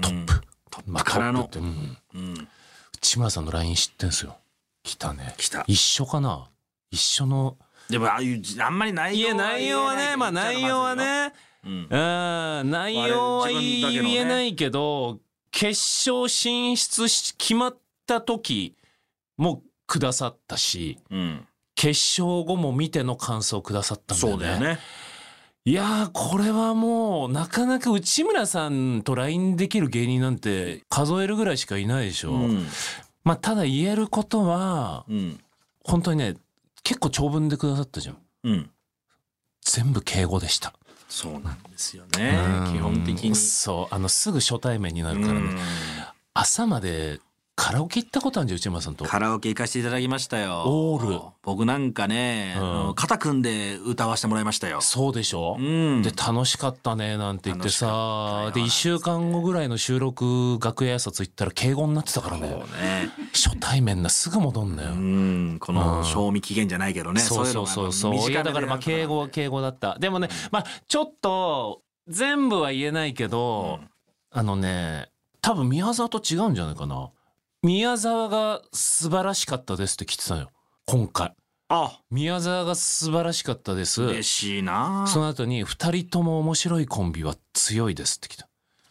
Speaker 3: トップトッ
Speaker 2: ま
Speaker 3: プ
Speaker 2: あ
Speaker 3: から
Speaker 2: ト
Speaker 3: の
Speaker 2: ップってうん
Speaker 3: うん
Speaker 2: 内村さんの LINE 知ってんすよ。来たね。
Speaker 3: 来た
Speaker 2: 一緒かな一緒の。
Speaker 3: でもああいうじあんまり内
Speaker 2: い
Speaker 3: 容
Speaker 2: や、
Speaker 3: は
Speaker 2: 内容は
Speaker 3: 言えない
Speaker 2: ね、まあ内容はね、
Speaker 3: うん
Speaker 2: うん、内容は
Speaker 3: 我々自分だけのね
Speaker 2: 言えないけど、決勝進出し決まった時もくださったし、
Speaker 3: うん
Speaker 2: 決勝後も見ての感想くださったんだ
Speaker 3: そ
Speaker 2: よ
Speaker 3: う
Speaker 2: ね。
Speaker 3: だよね
Speaker 2: いやーこれはもうなかなか内村さんと LINE できる芸人なんて数えるぐらいしかいないでしょ、
Speaker 3: うん
Speaker 2: まあただ言えることは
Speaker 3: うん
Speaker 2: 本当にね結構長文でくださったじゃん
Speaker 3: うん
Speaker 2: 全部敬語でした、
Speaker 3: そうなんですよね基本的
Speaker 2: うん
Speaker 3: に
Speaker 2: そうあのすぐ初対面になるからね、
Speaker 3: うん
Speaker 2: 朝までカラオケ行ったことあるんじゃん内村さんと
Speaker 3: カラオケ行かせていただきましたよ
Speaker 2: オール
Speaker 3: 僕なんかね、
Speaker 2: うん
Speaker 3: あの肩組んで歌わせてもらいましたよ
Speaker 2: そうでしょ、
Speaker 3: うん
Speaker 2: で楽しかったねなんて言ってさ
Speaker 3: 楽しかった
Speaker 2: で
Speaker 3: よ
Speaker 2: 1週間後ぐらいの収録楽屋挨拶行ったら敬語になってたから
Speaker 3: そう
Speaker 2: ね
Speaker 3: ね
Speaker 2: 初対面なすぐ戻んなよ、
Speaker 3: うんこ
Speaker 2: うん
Speaker 3: の賞味期限じゃないけどね
Speaker 2: そうそうそうそう
Speaker 3: いのが
Speaker 2: いやだからまあ敬語は敬語だったでもねまあちょっと全部は言えないけど、
Speaker 3: うん
Speaker 2: あのね多分宮沢と違うんじゃないかな宮沢が素晴らしかったですって来てたのよ今回
Speaker 3: あ
Speaker 2: 宮沢が素晴らしかったです
Speaker 3: 嬉しいな
Speaker 2: その後に二人とも面白いコンビは強いですって来たっ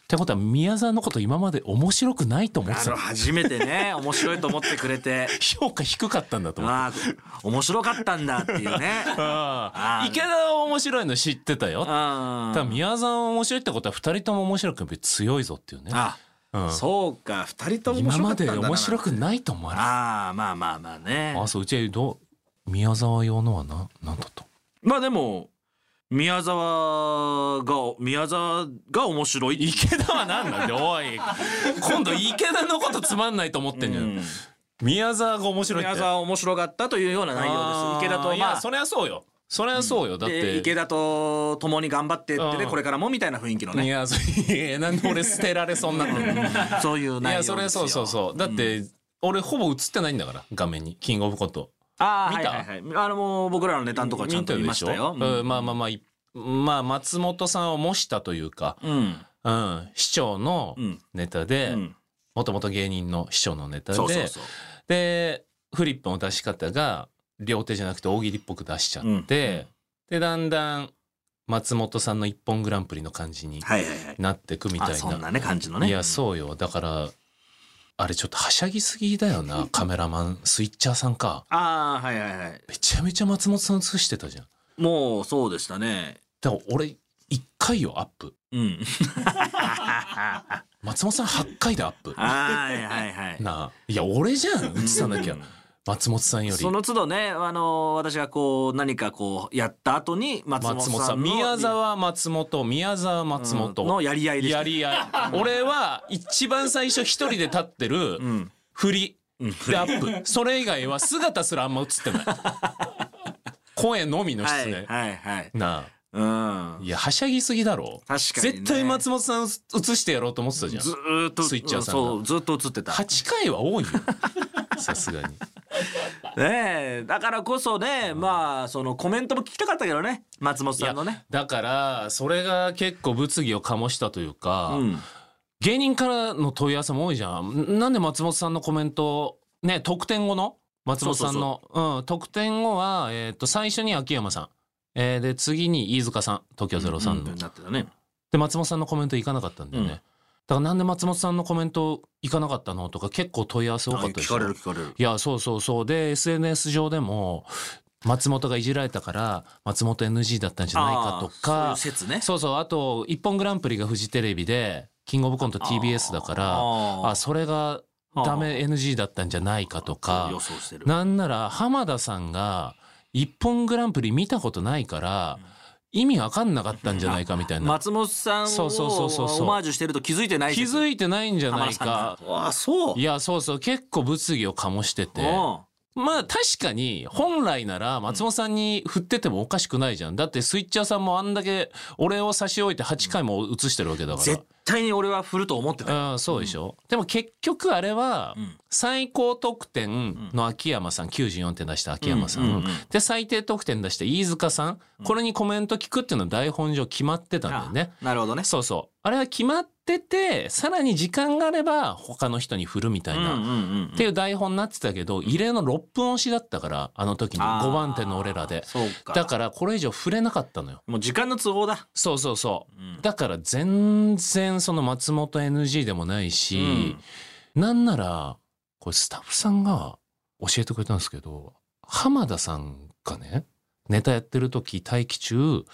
Speaker 2: てことは宮沢のこと今まで面白くないと思っ
Speaker 3: あ
Speaker 2: てた
Speaker 3: の
Speaker 2: の
Speaker 3: 初めてね面白いと思ってくれて
Speaker 2: 評価低かったんだと思う
Speaker 3: ああ面白かったんだっていう ね
Speaker 2: あ
Speaker 3: あ
Speaker 2: あ池田は面白いの知ってたよ
Speaker 3: あ
Speaker 2: ただ宮沢は面白いってことは二人とも面白く強いぞっていうね、
Speaker 3: あ、
Speaker 2: うん
Speaker 3: そうか二人とも面
Speaker 2: 今
Speaker 3: 白か
Speaker 2: ま
Speaker 3: ったん
Speaker 2: で
Speaker 3: だな
Speaker 2: 面白くないと思われた
Speaker 3: ああまあまあまあね
Speaker 2: あそううちはどう宮沢用のはな何だと
Speaker 3: まあでも宮沢が宮沢が面白いって
Speaker 2: 池田は何なんで おい今度池田のことつまんないと思ってんじゃん、
Speaker 3: うん
Speaker 2: 宮沢が面白いって
Speaker 3: 宮沢面白かったというような内容
Speaker 2: あ
Speaker 3: です
Speaker 2: ー
Speaker 3: 池田と
Speaker 2: い
Speaker 3: ま
Speaker 2: や
Speaker 3: あ
Speaker 2: それはそうよそれはそうよ、だっ
Speaker 3: で
Speaker 2: て
Speaker 3: 池田と共に頑張ってってね
Speaker 2: うん
Speaker 3: これからもみたいな雰囲気の
Speaker 2: い
Speaker 3: ね
Speaker 2: やそういやなんで俺捨てられそうになってんの
Speaker 3: そういう
Speaker 2: い
Speaker 3: 内容
Speaker 2: や
Speaker 3: です
Speaker 2: そ
Speaker 3: よ
Speaker 2: れはそうそうそうだって、俺ほぼ映ってないんだから画面にキングオブコント
Speaker 3: ああ
Speaker 2: 見
Speaker 3: はい
Speaker 2: た
Speaker 3: はいはいあのもう僕らのネタのとかちゃんと見ましたよ
Speaker 2: 見でしょうんまあ
Speaker 3: あ
Speaker 2: まあまあいまあ松本さんを模したというか、
Speaker 3: うん
Speaker 2: うん、市長の
Speaker 3: うん
Speaker 2: ネタで、
Speaker 3: うん
Speaker 2: もともと芸人の市長のネタで
Speaker 3: そうそうそう
Speaker 2: でフリップの出し方が両手じゃなくて大喜利っぽく出しちゃって、
Speaker 3: うんうん
Speaker 2: でだんだん松本さんの「一本グランプリ」の感じに
Speaker 3: はいはいはい
Speaker 2: なってくみたい
Speaker 3: あ
Speaker 2: な。
Speaker 3: そんなね感じのね
Speaker 2: いやそうよだからあれちょっとはしゃぎすぎだよなカメラマンスイッチャーさんか
Speaker 3: ああはいはいはい
Speaker 2: めちゃめちゃ松本さん映してたじゃん
Speaker 3: もうそうでしたね
Speaker 2: だから俺1回よアップ
Speaker 3: うん。
Speaker 2: 松本さん8回でアップ
Speaker 3: はいはいはい。
Speaker 2: なあいや俺じゃん映さなきゃ松本さんより
Speaker 3: その都度ね、あの私がこう何かこうやった後に松本
Speaker 2: 松本
Speaker 3: さ
Speaker 2: さ
Speaker 3: ん
Speaker 2: ん
Speaker 3: の
Speaker 2: 宮沢松本宮沢松本、
Speaker 3: うんのやり合いでした
Speaker 2: やり合い俺は一番最初一人で立ってる
Speaker 3: ん
Speaker 2: 振りでアップそれ以外は姿すらあんま映って ない声のみの
Speaker 3: は
Speaker 2: 出
Speaker 3: い
Speaker 2: 演、
Speaker 3: はいはい。
Speaker 2: なあ
Speaker 3: うん。
Speaker 2: いやはしゃぎすぎだろ
Speaker 3: 確かにね
Speaker 2: 絶対松本さん映してやろうと思ってたじゃん
Speaker 3: ずーっと
Speaker 2: スイッチャーさんが
Speaker 3: そうずっと映ってた。
Speaker 2: 8回は多いよさすがに
Speaker 3: ねえだからこそね、まあそのコメントも聞きたかったけどね、松本
Speaker 2: い
Speaker 3: さ
Speaker 2: や
Speaker 3: んのね。
Speaker 2: だからそれが結構物議を醸したというか、
Speaker 3: うん。
Speaker 2: 芸人からの問い合わせも多いじゃん。んなんで松本さんのコメント、ね、得点後の松本さんの、うん、得点後は、えっ、と、最初に秋山さん。えーで、次に飯塚さん、東京ゼロさんの、
Speaker 3: うんなってたね。
Speaker 2: で、松本さんのコメントいかなかったんだよね。
Speaker 3: うん
Speaker 2: だからなんで松本さんのコメントいかなかったのとか結構問い合わせ多かったで
Speaker 3: 聞
Speaker 2: しょ
Speaker 3: かれる聞かれる。
Speaker 2: いや、そうそうそう。で、SNS 上でも、松本がいじられたから、松本 NG だったんじゃないかと
Speaker 3: あー
Speaker 2: か、
Speaker 3: そういう説ね。
Speaker 2: そうそう、あと、一本グランプリがフジテレビで、キングオブコント TBS だから、
Speaker 3: あー
Speaker 2: あそれがダメ NG だったんじゃないかと
Speaker 3: 予
Speaker 2: か、
Speaker 3: 想してる。
Speaker 2: なんなら浜田さんが、一本グランプリ見たことないから、意味わかんなかったんじゃないかみ たいな。
Speaker 3: 松本さんを
Speaker 2: そうそうそうそうそう
Speaker 3: オマージュしてると気づいてない
Speaker 2: 気づ
Speaker 3: い
Speaker 2: いてないんじゃないか。
Speaker 3: ああそう
Speaker 2: いや、そうそう、結構物議を醸してて。
Speaker 3: う
Speaker 2: まあ確かに本来なら松本さんに振っててもおかしくないじゃん。だってスイッチャーさんもあんだけ俺を差し置いて8回も映してるわけだ
Speaker 3: ん
Speaker 2: か
Speaker 3: 絶対に俺は振ると思ってた、
Speaker 2: ら。うん、そうでしょ、でも結局あれは
Speaker 3: ん
Speaker 2: 最高得点の秋山さん、94点出した秋山さん,、
Speaker 3: うんうんうん
Speaker 2: で最低得点出した飯塚さんこれにコメント聞くっていうのは台本上決まってたんだよね。
Speaker 3: なるほどね
Speaker 2: そうそうあれは決まっててさらに時間があれば他の人に振るみたい
Speaker 3: うん
Speaker 2: な
Speaker 3: うんうん
Speaker 2: っていう台本になってたけど、異例の6分押しだったから、あの時に
Speaker 3: あー
Speaker 2: 5番手の俺らで。
Speaker 3: そうか
Speaker 2: だからこれ以上触れなかったのよ。
Speaker 3: もう時間の都合だ
Speaker 2: そうそうそう。
Speaker 3: うん
Speaker 2: だから全然その松本 NG でもないし、なんなら、これスタッフさんが教えてくれたんですけど、浜田さんがね、ネタやってる時待機中、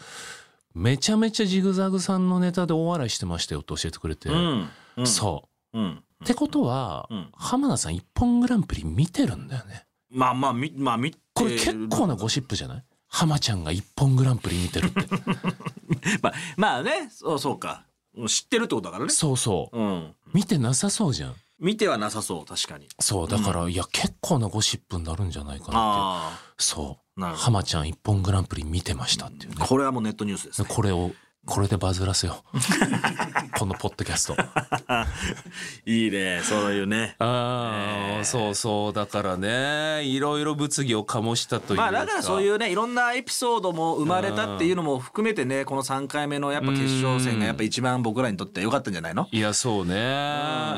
Speaker 2: めちゃめちゃジグザグさんのネタで大笑いしてましたよって教えてくれて、
Speaker 3: うんうん
Speaker 2: そう。
Speaker 3: うん、うん、
Speaker 2: ってことは、
Speaker 3: うん
Speaker 2: 浜田さん一本グランプリ見てるんだよね。
Speaker 3: まあまあみまあ見て
Speaker 2: これ結構なゴシップじゃない浜ちゃんが一本グランプリ見てるって
Speaker 3: まあまあねそうそうかもう知ってるってことだからね
Speaker 2: そうそう
Speaker 3: うん
Speaker 2: 見てなさそうじゃん
Speaker 3: 見てはなさそう確かに
Speaker 2: そうだから、いや結構なゴシップになるんじゃないかなって
Speaker 3: あ
Speaker 2: そう
Speaker 3: なるほど
Speaker 2: 浜ちゃん一本グランプリ見てましたっていうね
Speaker 3: あ、これはもうネットニュースですね
Speaker 2: これをこれでバズらせよう このポッドキャスト
Speaker 3: いいねそういうね
Speaker 2: ああそうそうだからねいろいろ物議を醸したという
Speaker 3: まあだからそういううねいろんなエピソードも生まれたっていうのも含めてねこの3回目のやっぱ決勝戦がやっぱ一番僕らにとって良かったんじゃないの
Speaker 2: いやそうね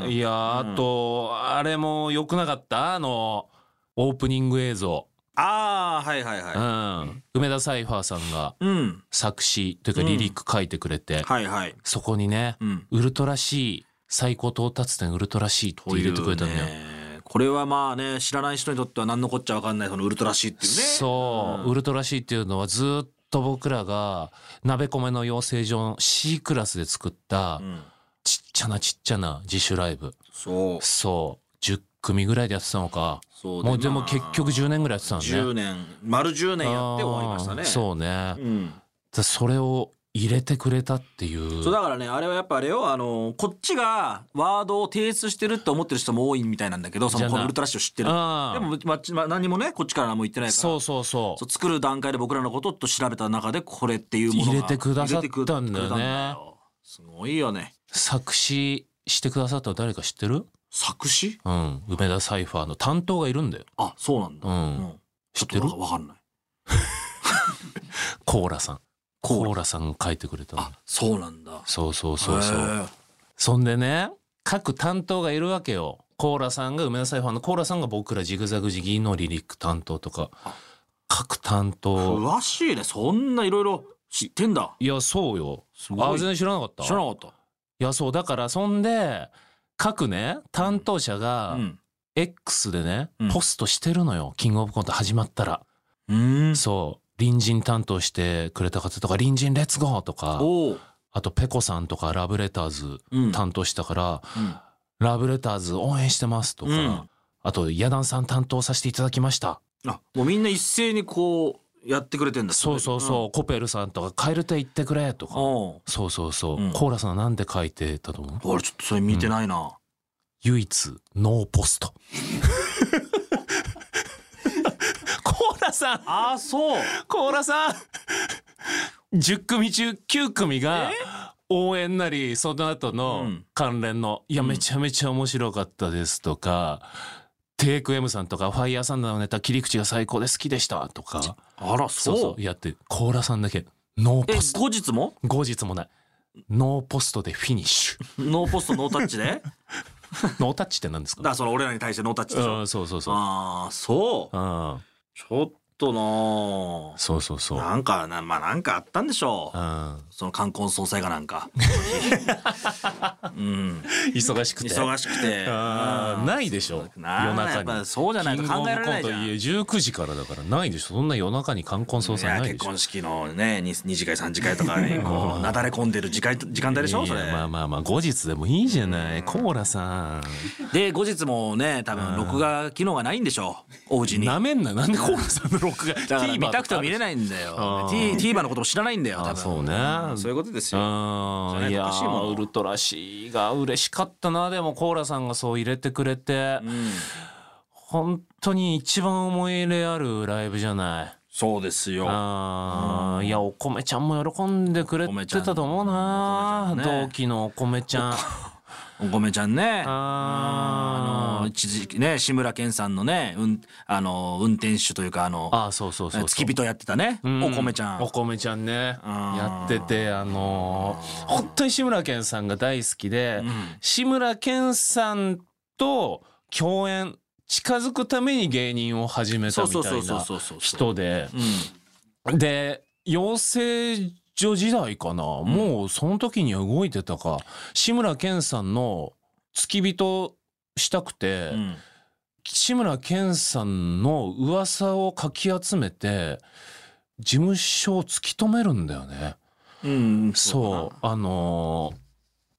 Speaker 2: いやあとあれも良くなかったあのオープニング映像
Speaker 3: ああはいはいは
Speaker 2: うん、梅田サイファーさんが
Speaker 3: いうん
Speaker 2: 作詞というかリリック書いてくれて、
Speaker 3: はいはい
Speaker 2: そこにね、
Speaker 3: うん
Speaker 2: ウルトラ C 最高到達点ウルトラ C って入れてくれたんだよ。
Speaker 3: というねこれはまあね知らない人にとっては何のこっちゃ分かんないそのウルトラシーっていうね
Speaker 2: そう、ウルトラ C っていうのはずっと僕らが鍋米の養成所の C クラスで作った
Speaker 3: ん
Speaker 2: ちっちゃなちっちゃな自主ライブ
Speaker 3: そう
Speaker 2: そう10組ぐらいでやってたのか
Speaker 3: そう
Speaker 2: もうでも
Speaker 3: まあ
Speaker 2: 結局10年ぐらいやってたのね
Speaker 3: 10年丸10年やって終わりましたね
Speaker 2: あーそうね、
Speaker 3: う、ん、
Speaker 2: だそれを入れてくれたっていう
Speaker 3: そうだからねあれはやっぱあれよあのこっちがワードを提出してるって思ってる人も多いみたいなんだけどそ
Speaker 2: じゃあ
Speaker 3: のこ
Speaker 2: な
Speaker 3: のウルトラシーを知ってる
Speaker 2: あー
Speaker 3: でも、まま、何もねこっちから何も言ってないから
Speaker 2: そうそうそう
Speaker 3: そう作る段階で僕らのことをと調べた中でこれっていうものが
Speaker 2: 入れてくださったんだよね
Speaker 3: 入れてくれたよすごいよね
Speaker 2: 作詞してくださった誰か知ってる
Speaker 3: 作詞
Speaker 2: うん梅田サイファーの担当がいるんだよ
Speaker 3: あそうなんだ、
Speaker 2: うん
Speaker 3: 知っ
Speaker 2: ってる
Speaker 3: わかんない
Speaker 2: コーラさん
Speaker 3: コー
Speaker 2: コ
Speaker 3: ラ
Speaker 2: ーラさんが書いてくれたの
Speaker 3: あそうなんだ
Speaker 2: そうそうそうそ
Speaker 3: へ
Speaker 2: う
Speaker 3: ー
Speaker 2: そんでね各担当がいるわけよコーラさんが梅田サイファーのコーラさんが僕らジグザグジギーのリリック担当とか各担当
Speaker 3: 詳しいねそんないろいろ知ってんだ
Speaker 2: いやそうよ
Speaker 3: すごい
Speaker 2: あ全然知らなかった
Speaker 3: 知らなかった
Speaker 2: いやそうだからそんで各ね担当者が
Speaker 3: うん
Speaker 2: X でね、
Speaker 3: うん
Speaker 2: ポストしてるのよキングオブコント始まったら
Speaker 3: うん
Speaker 2: そう。隣人担当してくれた方とか、隣人レッツゴーとか、
Speaker 3: おお、
Speaker 2: あとペコさんとかラブレターズ
Speaker 3: うん
Speaker 2: 担当したから、
Speaker 3: うん
Speaker 2: ラブレターズ応援してますとか、
Speaker 3: うん
Speaker 2: あと、ヤダンさん担当させていただきました。
Speaker 3: あもうみんな一斉にこうやってくれてんだ
Speaker 2: そうそうそう、コペルさんとか、カエルテ行ってくれと
Speaker 3: う
Speaker 2: か
Speaker 3: ん、お
Speaker 2: そうそうそう、
Speaker 3: うん
Speaker 2: コーラスはなんで書いてたと思う
Speaker 3: おあれちょっとそれ見てないな、
Speaker 2: 唯一、ノーポスト。 コーラさん
Speaker 3: ああそう
Speaker 2: コーラさん10組中9組が応援なりその後
Speaker 3: う
Speaker 2: の
Speaker 3: ん
Speaker 2: 関連の「いやめちゃめちゃ面白かったです」とか「テイク M さん」とか「ファイヤーサンダーのネタ切り口が最高で好きでした」とか
Speaker 3: あら
Speaker 2: そ
Speaker 3: そう
Speaker 2: うそうやってコーラさんだけノー
Speaker 3: え
Speaker 2: ポスト
Speaker 3: 後日も
Speaker 2: 後日もないノーポストでフィニッシ ュ
Speaker 3: ノーポストノータ ッチで
Speaker 2: ノータッチって何です
Speaker 3: だか
Speaker 2: から
Speaker 3: その俺らに対してノータッチでしょ
Speaker 2: うんそうそうそう
Speaker 3: ああそう
Speaker 2: うん
Speaker 3: ちょっとな
Speaker 2: そうそうそう
Speaker 3: なんかなまあなんかあったんでしょ
Speaker 2: う
Speaker 3: うんその冠婚葬祭がな んかうん
Speaker 2: 忙しくて
Speaker 3: 忙しくて
Speaker 2: あーないでしょ夜
Speaker 3: なあや
Speaker 2: 中
Speaker 3: っぱ
Speaker 2: に
Speaker 3: そうじゃないと考えられないじゃん
Speaker 2: キングオブコント19時からだからないでしょそんな夜中に冠婚葬
Speaker 3: い
Speaker 2: 祭
Speaker 3: や
Speaker 2: ない
Speaker 3: 結
Speaker 2: でしょ
Speaker 3: 婚式のね 2, 次会3次会とかにこうなだれ込んでる時間時間帯でしょそれ
Speaker 2: いやまあまあまあ後日でもいいじゃないコーラさん
Speaker 3: で後日もね多分録画機能がないんでしょうおうちに
Speaker 2: なめんななんでコーラさんの録画
Speaker 3: だから見
Speaker 2: TVer
Speaker 3: たくても見れ
Speaker 2: い
Speaker 3: ないんだよ
Speaker 2: あー
Speaker 3: T- TVer のことも知らないんだよ多
Speaker 2: あ
Speaker 3: 分
Speaker 2: そうね
Speaker 3: んそういうことですよ
Speaker 2: うんい
Speaker 3: じゃ
Speaker 2: や
Speaker 3: ないとおかしいもの
Speaker 2: ーウルトラ C が嬉しかったなでもコーラさんがそう入れてくれて
Speaker 3: うん
Speaker 2: 本当に一番思い入れあるライブじゃない
Speaker 3: そうですよ
Speaker 2: あーいやお米ちゃんも喜んでくれてたと思う
Speaker 3: お
Speaker 2: な、
Speaker 3: 米ちゃんね
Speaker 2: 同期のお米ちゃん
Speaker 3: お米ちゃんねあ
Speaker 2: あ
Speaker 3: の一時期ね志村けんさんのね、うん、あの運転手というかあの
Speaker 2: ああそうそうそうそう
Speaker 3: 付き人やってたね、
Speaker 2: うん
Speaker 3: お米ちゃん
Speaker 2: お米ちゃんねや
Speaker 3: あ
Speaker 2: って
Speaker 3: ー
Speaker 2: てあのー本当に志村けんさんが大好きで、
Speaker 3: うん
Speaker 2: 志村けんさんと共演近づくために芸人を始めた
Speaker 3: そう
Speaker 2: み
Speaker 3: そう
Speaker 2: た
Speaker 3: そう
Speaker 2: い
Speaker 3: そう
Speaker 2: な
Speaker 3: そうそう
Speaker 2: 人で
Speaker 3: うん
Speaker 2: で養成所時代かな、もうその時には動いてたか志村けんさんの付き人したくて、
Speaker 3: うん
Speaker 2: 志村けんさんの噂をかき集めて事務所を突き止めるんだよね。
Speaker 3: うん
Speaker 2: そうあのー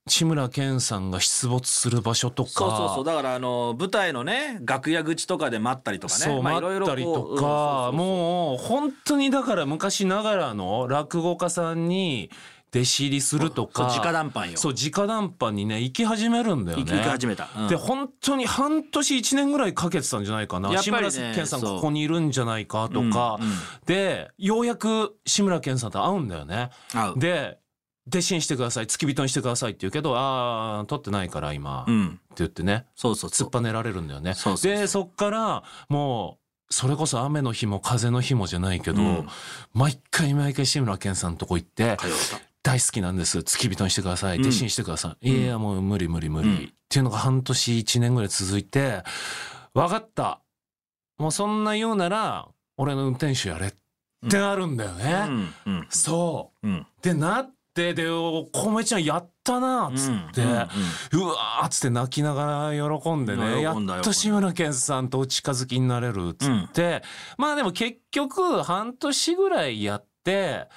Speaker 2: 志村けんさんが出没する場所とか
Speaker 3: そうそうそうだからあの舞台のね楽屋口とかで待ったりとかね
Speaker 2: そう、
Speaker 3: まあいろい
Speaker 2: 待っ
Speaker 3: ろ
Speaker 2: た
Speaker 3: こう
Speaker 2: りとか、
Speaker 3: うんそうそうそう
Speaker 2: もう本当にだから昔ながらの落語家さんに弟子入りするとか
Speaker 3: そう直談判よ
Speaker 2: そう直談判にね行き始めるんだよね
Speaker 3: 行き行き始めた、うん
Speaker 2: で本当に半年1年ぐらいかけてたんじゃないかな、
Speaker 3: やっ
Speaker 2: 志
Speaker 3: ぱり
Speaker 2: 村
Speaker 3: ね
Speaker 2: けんさん
Speaker 3: そう
Speaker 2: ここにいるんじゃないかとか、
Speaker 3: うんうん
Speaker 2: でようやく志村けんさんと会うんだよね。
Speaker 3: 合う
Speaker 2: で弟子にしてください付き人にしてくださいって言うけど「ああ取ってないから今」っ
Speaker 3: う
Speaker 2: て
Speaker 3: ん
Speaker 2: 言ってね
Speaker 3: そうそうそ
Speaker 2: 突っ
Speaker 3: う
Speaker 2: ぱねられるんだよね。
Speaker 3: そうそうそう
Speaker 2: でそっからもうそれこそ雨の日も風の日もじゃないけど、
Speaker 3: うん
Speaker 2: 毎回毎回志村けんさんのとこ行って
Speaker 3: 通った
Speaker 2: 「大好きなんです付き人にしてください
Speaker 3: うん
Speaker 2: 弟子にしてください」
Speaker 3: うん
Speaker 2: いやもう無理無理無理」
Speaker 3: うん
Speaker 2: っていうのが半年1年ぐらい続いて「分かったもうそんな言うなら俺の運転手やれ」ってなるんだよね。
Speaker 3: うんうん
Speaker 2: そう
Speaker 3: うん
Speaker 2: でなってで「お米ちゃんやったな」っつって「う
Speaker 3: うんうん
Speaker 2: わ」っつって泣きながら喜んで
Speaker 3: 喜んだ
Speaker 2: ねや
Speaker 3: 喜んだ
Speaker 2: っと志村けんさんとお近づきになれるっつって、まあでも結局半年ぐらいやって。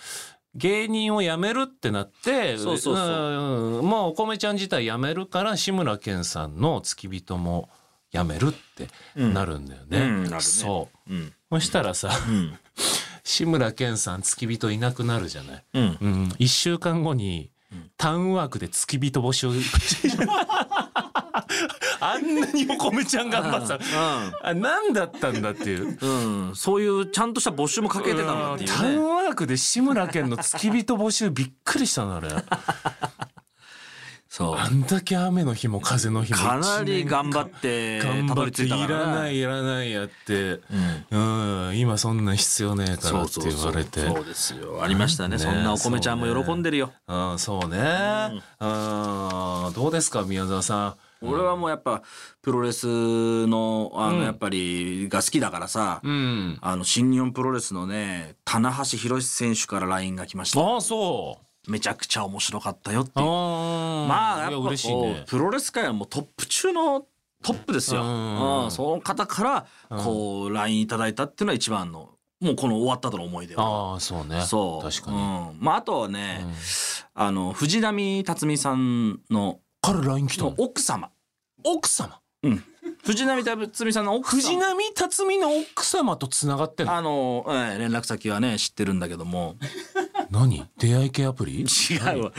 Speaker 2: 芸人を辞めるってなって
Speaker 3: そうそうそうん
Speaker 2: んもうお米ちゃん自体辞めるから志村けんさんの付き人も辞めるってなるんだよね。
Speaker 3: うんうんなるね
Speaker 2: そう
Speaker 3: うん
Speaker 2: そしたらさ
Speaker 3: うん
Speaker 2: 志村けんさん付き人いなくなるじゃない。
Speaker 3: うん
Speaker 2: うん、1週間後に、タウンワークで付き人募 集あんなにお米ちゃん頑張ってたあ何だったんだっていう。
Speaker 3: うん、うん、そういうちゃんとした募集もかけてたのってい
Speaker 2: タウ
Speaker 3: うね
Speaker 2: ンワークで志村けんの付き人募集びっくりしたのあれ
Speaker 3: そう
Speaker 2: あんだけ雨の日も風の日も
Speaker 3: かなり頑張
Speaker 2: っ
Speaker 3: って
Speaker 2: 頑
Speaker 3: たど
Speaker 2: 張っ
Speaker 3: り
Speaker 2: て
Speaker 3: 着い
Speaker 2: い
Speaker 3: たから
Speaker 2: な
Speaker 3: ね
Speaker 2: いいらないやって、
Speaker 3: うん
Speaker 2: うん、今そんなん必要ねえか
Speaker 3: そ
Speaker 2: ら
Speaker 3: う
Speaker 2: って
Speaker 3: そう
Speaker 2: 言
Speaker 3: そう
Speaker 2: われて
Speaker 3: そうですよありましたね
Speaker 2: ね
Speaker 3: そんなお米ちゃんも喜んでるよ、
Speaker 2: うんそうねうんどうですか宮沢さ
Speaker 3: 俺はもうやっぱプロレスのあのやっぱりが好きだからさ、
Speaker 2: んうん
Speaker 3: あの新日本プロレスのね棚橋宏選手から LINE が来ました
Speaker 2: ああそう
Speaker 3: めちゃくちゃ面白かったよっていう
Speaker 2: あ
Speaker 3: まあやっぱ
Speaker 2: い
Speaker 3: こ、
Speaker 2: 嬉しいうね。
Speaker 3: プロレス界はもうトップ中のトップですよ、
Speaker 2: うん
Speaker 3: うんその方からこう LINE いただいたっていうのは一番のもうこの終わったとの思い出は。
Speaker 2: ああそうね
Speaker 3: そう
Speaker 2: 確かに、
Speaker 3: うんまあ、あとはね、あの藤波辰巳さんの
Speaker 2: から LINE 来たの
Speaker 3: 奥様
Speaker 2: 奥様
Speaker 3: 藤波辰巳さんの奥様
Speaker 2: 藤波辰巳の奥様とつながってんの
Speaker 3: あの、ええ連絡先はね知ってるんだけども
Speaker 2: 何出会い系アプリ
Speaker 3: 違うわ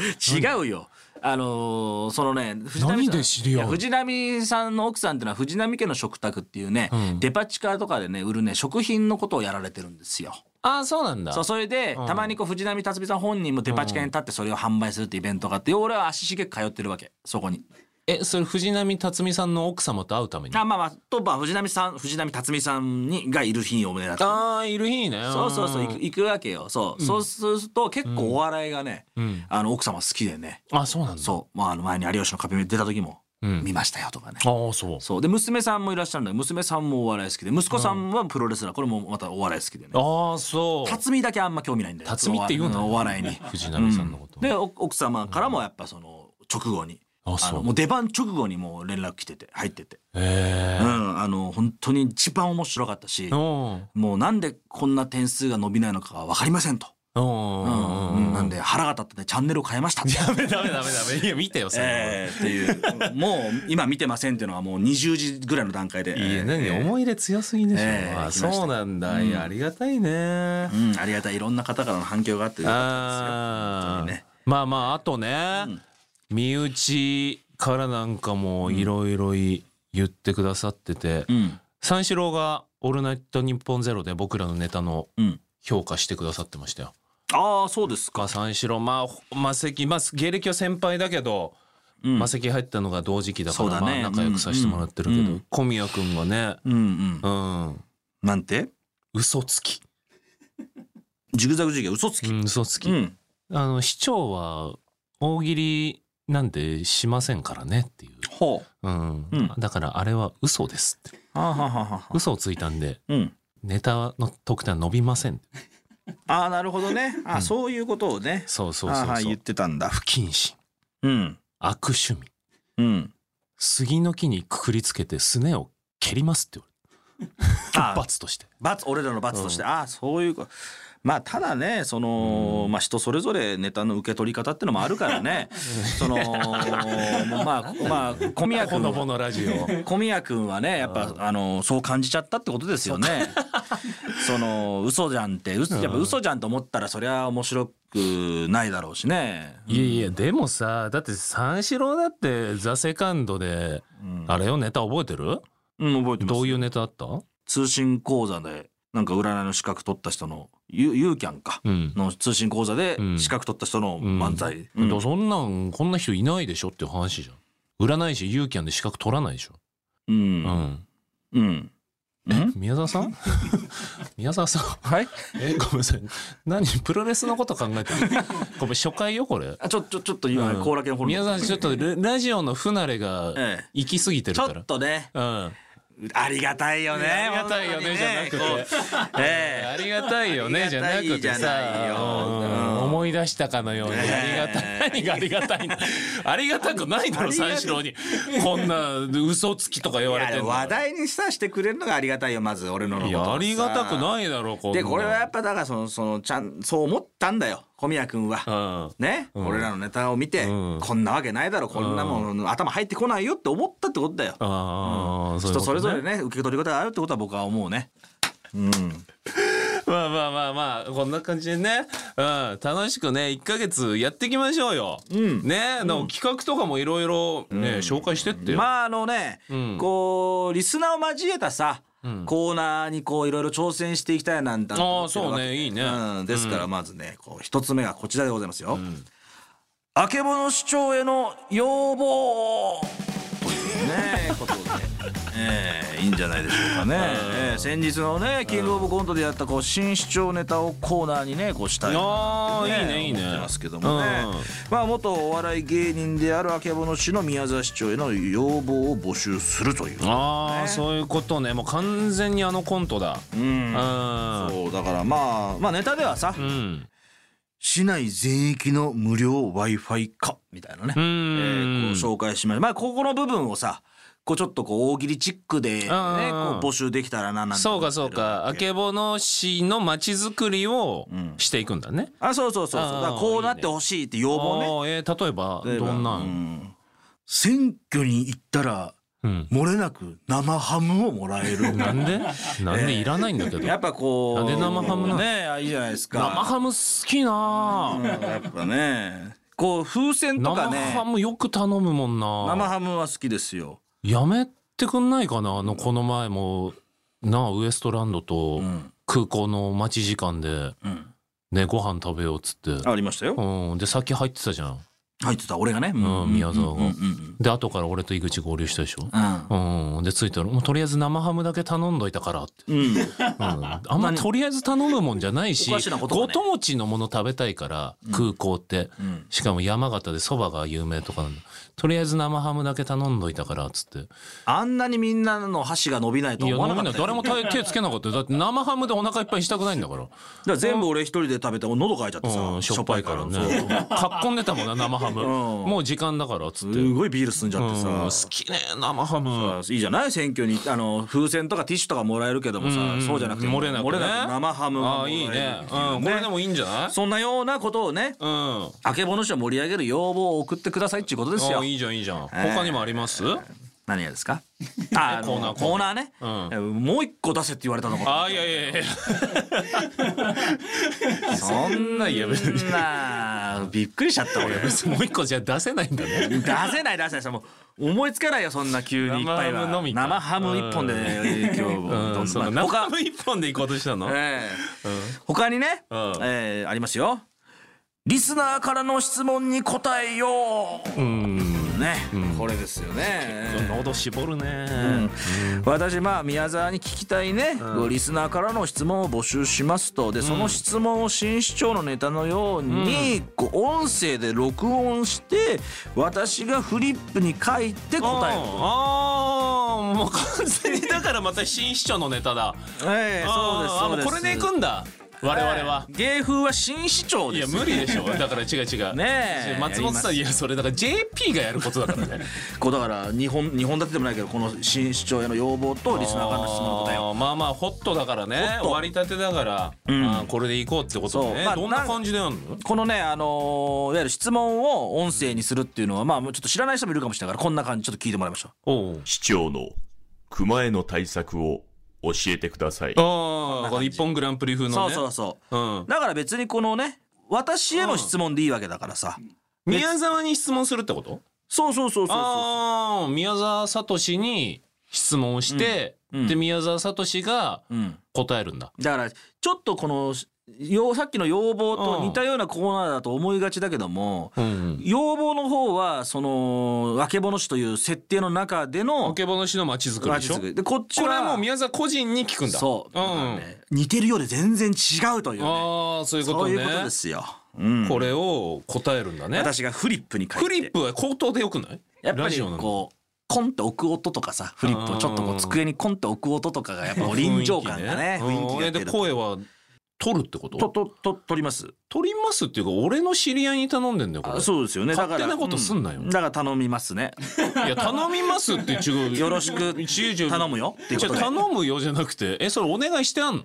Speaker 3: 違うよあのーそのね藤
Speaker 2: 何
Speaker 3: さん
Speaker 2: で知り合う
Speaker 3: いや藤波さんの奥さんっていうのは藤波家の食卓っていうね、
Speaker 2: うん
Speaker 3: デパ地下とかでね売るね食品のことをやられてるんですよ。
Speaker 2: ああそうなんだ
Speaker 3: そうそれで、
Speaker 2: うん
Speaker 3: たまにこう藤波辰巳さん本人もデパ地下に立ってそれを販売するってイベントがあって俺は足しげく通ってるわけそこに。
Speaker 2: えそれ藤波辰巳さんの奥様と会うために
Speaker 3: あまあまあと、まあ、藤波さん藤波辰巳さんにがいる日を狙って
Speaker 2: ああいる日ね
Speaker 3: そうそうそう行く行くわけよそう、そうすると結構お笑いがね、
Speaker 2: うん
Speaker 3: あの奥様好きでね
Speaker 2: あそうなんだ
Speaker 3: そう、まあ、あの前に「有吉の壁」に出た時も
Speaker 2: うん
Speaker 3: 見ましたよとかね、
Speaker 2: ああそう
Speaker 3: そうで娘さんもいらっしゃるんだけど娘さんもお笑い好きで息子さんはプロレスラーこれもまたお笑い好きでね
Speaker 2: ああそう
Speaker 3: 辰巳だけあんま興味ないんだよ
Speaker 2: 辰巳って言うの
Speaker 3: お笑いに
Speaker 2: 藤波さんのこと
Speaker 3: でお奥様からもやっぱその直後に、
Speaker 2: あ
Speaker 3: あ
Speaker 2: そ
Speaker 3: の
Speaker 2: う
Speaker 3: もう出番直後にもう連絡来てて入ってて、
Speaker 2: え
Speaker 3: う
Speaker 2: え
Speaker 3: ん、あの本当に一番面白かったし、
Speaker 2: うん
Speaker 3: もうなんでこんな点数が伸びないのかは分かりませんと。
Speaker 2: うんうんうん
Speaker 3: なんで腹が立ってねチャンネルを変え ました
Speaker 2: ダメダメダメダメいや見てよそれは
Speaker 3: えー、っていうもう今見てませんっていうのはもう20時ぐらいの段階で
Speaker 2: い
Speaker 3: え
Speaker 2: や
Speaker 3: ー
Speaker 2: 何
Speaker 3: えー
Speaker 2: 思い入れ強すぎでしょ、
Speaker 3: ええ
Speaker 2: あ
Speaker 3: 来ました
Speaker 2: そうなんだ、
Speaker 3: うん
Speaker 2: いやありがたいね、
Speaker 3: うん、ありがたいいろんな方からの反響があってよか
Speaker 2: あ
Speaker 3: った
Speaker 2: あ、
Speaker 3: ですよ本当にね
Speaker 2: まあまああとね、身内からなんかもいろいろ言ってくださってて、
Speaker 3: うん
Speaker 2: 三四郎が「オールナイトニッポンゼロで僕らのネタの
Speaker 3: うん
Speaker 2: 評価してくださってましたよ。
Speaker 3: ああそうです
Speaker 2: が
Speaker 3: か、
Speaker 2: 三四郎まあほまあ関まあ芸歴は先輩だけど、
Speaker 3: うん、
Speaker 2: まあ関入ったのが同時期だか
Speaker 3: そうだ
Speaker 2: ら、
Speaker 3: ね
Speaker 2: まあ仲良くさせてもらってるけど、
Speaker 3: うんうん
Speaker 2: 小宮君がね、
Speaker 3: うんうん
Speaker 2: うん、
Speaker 3: なんて
Speaker 2: 嘘つき、
Speaker 3: ジグザグジギー嘘つき、
Speaker 2: うん、嘘つき、
Speaker 3: うん
Speaker 2: あの市長は大喜利なんてしませんからねっていう、
Speaker 3: ほう
Speaker 2: うん
Speaker 3: うん
Speaker 2: だからあれは嘘ですって
Speaker 3: あーはははは
Speaker 2: 嘘をついたんで
Speaker 3: うん
Speaker 2: ネタの得点は伸びません
Speaker 3: ああなるほどねあー、そういうことをね
Speaker 2: そうそう
Speaker 3: あ
Speaker 2: そ
Speaker 3: ー
Speaker 2: う
Speaker 3: はい
Speaker 2: そう
Speaker 3: 言ってたんだ
Speaker 2: 不謹慎
Speaker 3: うん
Speaker 2: 悪趣味
Speaker 3: うん
Speaker 2: 杉の木にくくりつけてすねを蹴りますって言われ
Speaker 3: あー
Speaker 2: る罰として
Speaker 3: 罰俺らの罰として、ああそういうかまあただねその、まあ人それぞれネタの受け取り方ってのもあるから ねそのもうまあまあ小宮
Speaker 2: ほ
Speaker 3: 君
Speaker 2: のぼのラジオ
Speaker 3: 小宮君はねやっぱ、あのそう感じちゃったってことです よね。その嘘じゃんって嘘やっぱ嘘じゃんと思ったらそりゃ面白くないだろうしね。
Speaker 2: いやいやでもさだって三四郎だって「ザ・セカンドで、あれをネタ覚えてる
Speaker 3: うん覚えてます。
Speaker 2: どういうネタあった
Speaker 3: 通信講座でなんか占いの資格取った人のゆゆうきゃんか、
Speaker 2: うん
Speaker 3: の通信講座で
Speaker 2: うん
Speaker 3: 資格取った人の漫才。
Speaker 2: だからそんなんこんな人いないでしょっていう話じゃん占い師ユーキャンで資格取らないでしょ、
Speaker 3: うん
Speaker 2: う。ん、
Speaker 3: うん。
Speaker 2: 宮沢さ ん宮沢さん
Speaker 3: はい。
Speaker 2: えごめんなさい何プロレスのこと考えて るごめん初回よこれ
Speaker 3: あ、ちょ、ちょ、ちょっと今、
Speaker 2: うん
Speaker 3: 後楽園ホール。
Speaker 2: 宮沢さんちょっとララジオの不慣れが
Speaker 3: ええ
Speaker 2: 行き過ぎてる
Speaker 3: ちょ
Speaker 2: か
Speaker 3: っ
Speaker 2: ら、
Speaker 3: とね、
Speaker 2: うん、
Speaker 3: ありがたいよね。
Speaker 2: ありがたいよねじゃなくて
Speaker 3: て。こうえ
Speaker 2: ありがたいよねじゃなくて
Speaker 3: ありがたいじゃないよ
Speaker 2: さ、うん思い出したかのようにあ
Speaker 3: ねえ
Speaker 2: りがたい何がありがたいのありがたくないだろ三四郎にこんな嘘つきとか言
Speaker 3: え。
Speaker 2: わ
Speaker 3: い
Speaker 2: れてん
Speaker 3: や
Speaker 2: の
Speaker 3: 話題にさしてくれるのがありがたいよまず俺のの
Speaker 2: い
Speaker 3: ことをさ
Speaker 2: やありがたくないだろこんな
Speaker 3: でこれはやっぱだからそのそのちゃんそう思ったんだよ小宮君は、
Speaker 2: うん
Speaker 3: ね、
Speaker 2: ん
Speaker 3: 俺らのネタを見て、
Speaker 2: うん
Speaker 3: こんなわけないだろこんなもん、頭入ってこないよって思ったってことだよ、
Speaker 2: ああ、ういうことね
Speaker 3: 人それぞれね受け取り方があるってことは僕は思うね
Speaker 2: まあまあまあまあこんな感じでね、うん、楽しくね1ヶ月やっていきましょうよ、ねの、企画とかもいろいろね、紹介してってよ、
Speaker 3: まああのね、
Speaker 2: ん
Speaker 3: こうリスナーを交えたさ、コーナーにこういろいろ挑戦していきたいなんだ
Speaker 2: ああそうねいいね、
Speaker 3: うん、ですからまずねこう一つ目がこちらでございますよ。あけぼの市長への要望というねこと で、ええいいんじゃないでしょうかね、ええ先日のねキングオブコントでやったこう新市長ネタをコーナーにねこうしたいな
Speaker 2: ああ、いいねいいね
Speaker 3: 思ってますけどもね、
Speaker 2: うん
Speaker 3: まあ元お笑い芸人であるあけぼの市の宮沢市長への要望を募集するという、
Speaker 2: ああ、そういうことねもう完全にあのコントだ
Speaker 3: う、
Speaker 2: うんん
Speaker 3: そうだからまあまあネタではさ、
Speaker 2: うん
Speaker 3: 市内全域の無料 w i f i 化みたいなね、
Speaker 2: う
Speaker 3: えー
Speaker 2: ん
Speaker 3: こう紹介しましたまあここの部分をさこうちょっとこう大喜利チックで、ね、こう
Speaker 2: あー
Speaker 3: 募集できたらななんて
Speaker 2: そうかそうかあけぼの市のまちづくりをしていくんだね、
Speaker 3: あそうそうそうそう
Speaker 2: あー
Speaker 3: だからこうなってほしいって要
Speaker 2: あ
Speaker 3: 望ね
Speaker 2: ーえー例えば
Speaker 3: 例えば
Speaker 2: どんなん、
Speaker 3: うん
Speaker 4: 選挙に行ったら
Speaker 2: うん
Speaker 4: 漏れなく生ハムをもらえる
Speaker 2: なんでなんでいらないんだけど、
Speaker 3: やっぱこう
Speaker 2: なんで生ハムなの
Speaker 3: ねあいいじゃないですか
Speaker 2: 生ハム好きなぁ
Speaker 3: やっぱねこう風船と
Speaker 2: 生
Speaker 3: かね生
Speaker 2: ハ
Speaker 3: ハ
Speaker 2: ムよく頼むもんな
Speaker 3: ムは好きですよ
Speaker 2: やめてくんないかなあのこの前もなあウエストランドと
Speaker 3: ん
Speaker 2: 空港の待ち時間で、ねご飯食べようっつって、
Speaker 3: ありましたよ
Speaker 2: うん、で先入ってたじゃん、
Speaker 3: 入ってた俺がねう
Speaker 2: うん宮沢が、
Speaker 3: うんうんうん
Speaker 2: で後から俺と井口合流したでしょ、
Speaker 3: うん
Speaker 2: うん、で着いたら「もうとりあえず生ハムだけ頼んどいたから」って、
Speaker 3: うん
Speaker 2: うん、あんまとりあえず頼むもんじゃないし
Speaker 3: おかしなことだ
Speaker 2: ご
Speaker 3: ね
Speaker 2: 当地のもの食べたいから空港って、
Speaker 3: ん
Speaker 2: しかも山形でそばが有名とかなんだとりあえず生ハムだけ頼んどいたからっつって
Speaker 3: あんなにみんなの箸が伸びないと
Speaker 2: いや
Speaker 3: 思わな
Speaker 2: 飲
Speaker 3: か
Speaker 2: め
Speaker 3: った
Speaker 2: ない
Speaker 3: よ
Speaker 2: 誰も手手つけなかったよだって生ハムでお腹いっぱいにしたくないんだから。
Speaker 3: だから全部俺一人で食べてもう喉乾いちゃって
Speaker 2: う
Speaker 3: さ
Speaker 2: ん、しょっぱいから
Speaker 3: しょっぱいか
Speaker 2: ね。かっこんでたもんな、生ハム。もう時間だから、つ
Speaker 3: ら
Speaker 2: っ
Speaker 3: そう
Speaker 2: て。
Speaker 3: す
Speaker 2: うん
Speaker 3: ごいビール進んじゃってさ、
Speaker 2: 好きね、生ハム。
Speaker 3: いいじゃない選挙にあの風船とかティッシュとかもらえるけどもさ、そうじゃなくて
Speaker 2: 漏れなくね。
Speaker 3: 漏れなく生ハムが
Speaker 2: あ
Speaker 3: も
Speaker 2: あ、
Speaker 3: らえる
Speaker 2: いいね。
Speaker 3: っていう
Speaker 2: うん、これでもいいんじゃない
Speaker 3: そんなようなことをね
Speaker 2: うん。あ
Speaker 3: あけぼの市を盛り上げる要望を送ってくださいっていうことですよ
Speaker 2: あ、いいじゃん、いいじゃん。
Speaker 3: ええ
Speaker 2: 他にもあります
Speaker 3: 何がで すかああの
Speaker 2: コーナー
Speaker 3: コーナーね、もう一個出せって言われたのか
Speaker 2: ああ、いやいやいや。
Speaker 3: そん
Speaker 2: ないや別に
Speaker 3: なびっくりしちゃった俺出
Speaker 2: もう一個じゃ出せないんだね。
Speaker 3: せない出せないもう思いつかないよそんな急にいっぱいは
Speaker 2: 生ハムのみか
Speaker 3: 生ハム一本で今日
Speaker 2: う
Speaker 3: ど
Speaker 2: ん、そうん生
Speaker 3: な
Speaker 2: ハム一本で行こうとしたの
Speaker 3: ええ他にね、
Speaker 2: うん
Speaker 3: ええありますよリスナーからの質問に答えようね、これですよね
Speaker 2: 喉絞る
Speaker 3: う
Speaker 2: ね
Speaker 3: ん。私まあ宮沢に聞きたいね、リスナーからの質問を募集しますとでその質問を新市長のネタのように、こう音声で録音して私がフリップに書いて答えると。
Speaker 2: ああもう完全にだからまた新市長のネタだ
Speaker 3: ええそうです
Speaker 2: あー
Speaker 3: そうです
Speaker 2: もこれで行くんだ我々は、
Speaker 3: 芸風は新市長
Speaker 2: い
Speaker 3: で
Speaker 2: や
Speaker 3: す
Speaker 2: 無理でしょだから違う違う
Speaker 3: ねえ
Speaker 2: 松本さんいやそれだから JP がやることだからね
Speaker 3: こうだから日本日本立てでもないけどこの新市長への要望とリスナーからの質問の答えを
Speaker 2: あーまあまあホットだからね
Speaker 3: ト
Speaker 2: 割り立てだから、あーこれで行こうってこと
Speaker 3: そう
Speaker 2: ね、
Speaker 3: まあ
Speaker 2: どんな感じでやるの
Speaker 3: このねあのーいわゆる質問を音声にするっていうのはまあもうちょっと知らない人もいるかもしれないからこんな感じちょっと聞いてもらいましょう
Speaker 2: おう
Speaker 5: 市長の熊への対策を教えてください。
Speaker 2: ああこの一本グランプリ風の
Speaker 3: そう
Speaker 2: ね
Speaker 3: そうそう、
Speaker 2: うん
Speaker 3: だから別にこのね私への質問でいいわけだからさ、
Speaker 2: 宮沢に質問するってこと
Speaker 3: そうそうそうそうそ
Speaker 2: ああ宮沢聡に質問をして、
Speaker 3: ん
Speaker 2: で宮沢聡が
Speaker 3: う、うん、
Speaker 2: 答えるんだ、
Speaker 3: だからちょっとこのようさっきの要望と似たようなコーナーだと思いがちだけども、
Speaker 2: うん
Speaker 3: 要望の方はそのあけぼの市という設定の中で
Speaker 2: あ
Speaker 3: の
Speaker 2: けぼの市のまちづくりでしょ
Speaker 3: 街づくりでこっち
Speaker 2: こ
Speaker 3: は
Speaker 2: れはもう宮沢個人に聞くんだ
Speaker 3: そ
Speaker 2: ん
Speaker 3: う、だからね似てるようで全然違うというね
Speaker 2: ああそういうこ
Speaker 3: そ
Speaker 2: と
Speaker 3: う
Speaker 2: ね
Speaker 3: いうことですよ、うん、
Speaker 2: これを答えるんだね
Speaker 3: 私がフリップに書いて
Speaker 2: フリップは口頭でよくない
Speaker 3: やっぱ
Speaker 2: ラ
Speaker 3: り
Speaker 2: ジオなんだ
Speaker 3: こうコンって置く音とかさフリップをちょっとこ
Speaker 2: う
Speaker 3: うん机にコンって置く音とかがやっぱこう臨場感がね
Speaker 2: うん
Speaker 3: 雰囲気が出
Speaker 2: で
Speaker 3: る
Speaker 2: 声は取るってこと
Speaker 3: ととと取ります
Speaker 2: 取りますっていうか俺の知り合いに頼んでんだよこれ
Speaker 3: そうですよねだから
Speaker 2: 勝手なことすんなよ
Speaker 3: うだから頼みますね
Speaker 2: いや頼みますって違う
Speaker 3: よろしく
Speaker 2: 違う違う
Speaker 3: 頼むよっていう
Speaker 2: じ
Speaker 3: こ
Speaker 2: ゃ
Speaker 3: と
Speaker 2: あ
Speaker 3: で
Speaker 2: 頼むよじゃなくてえそれお願いして あんの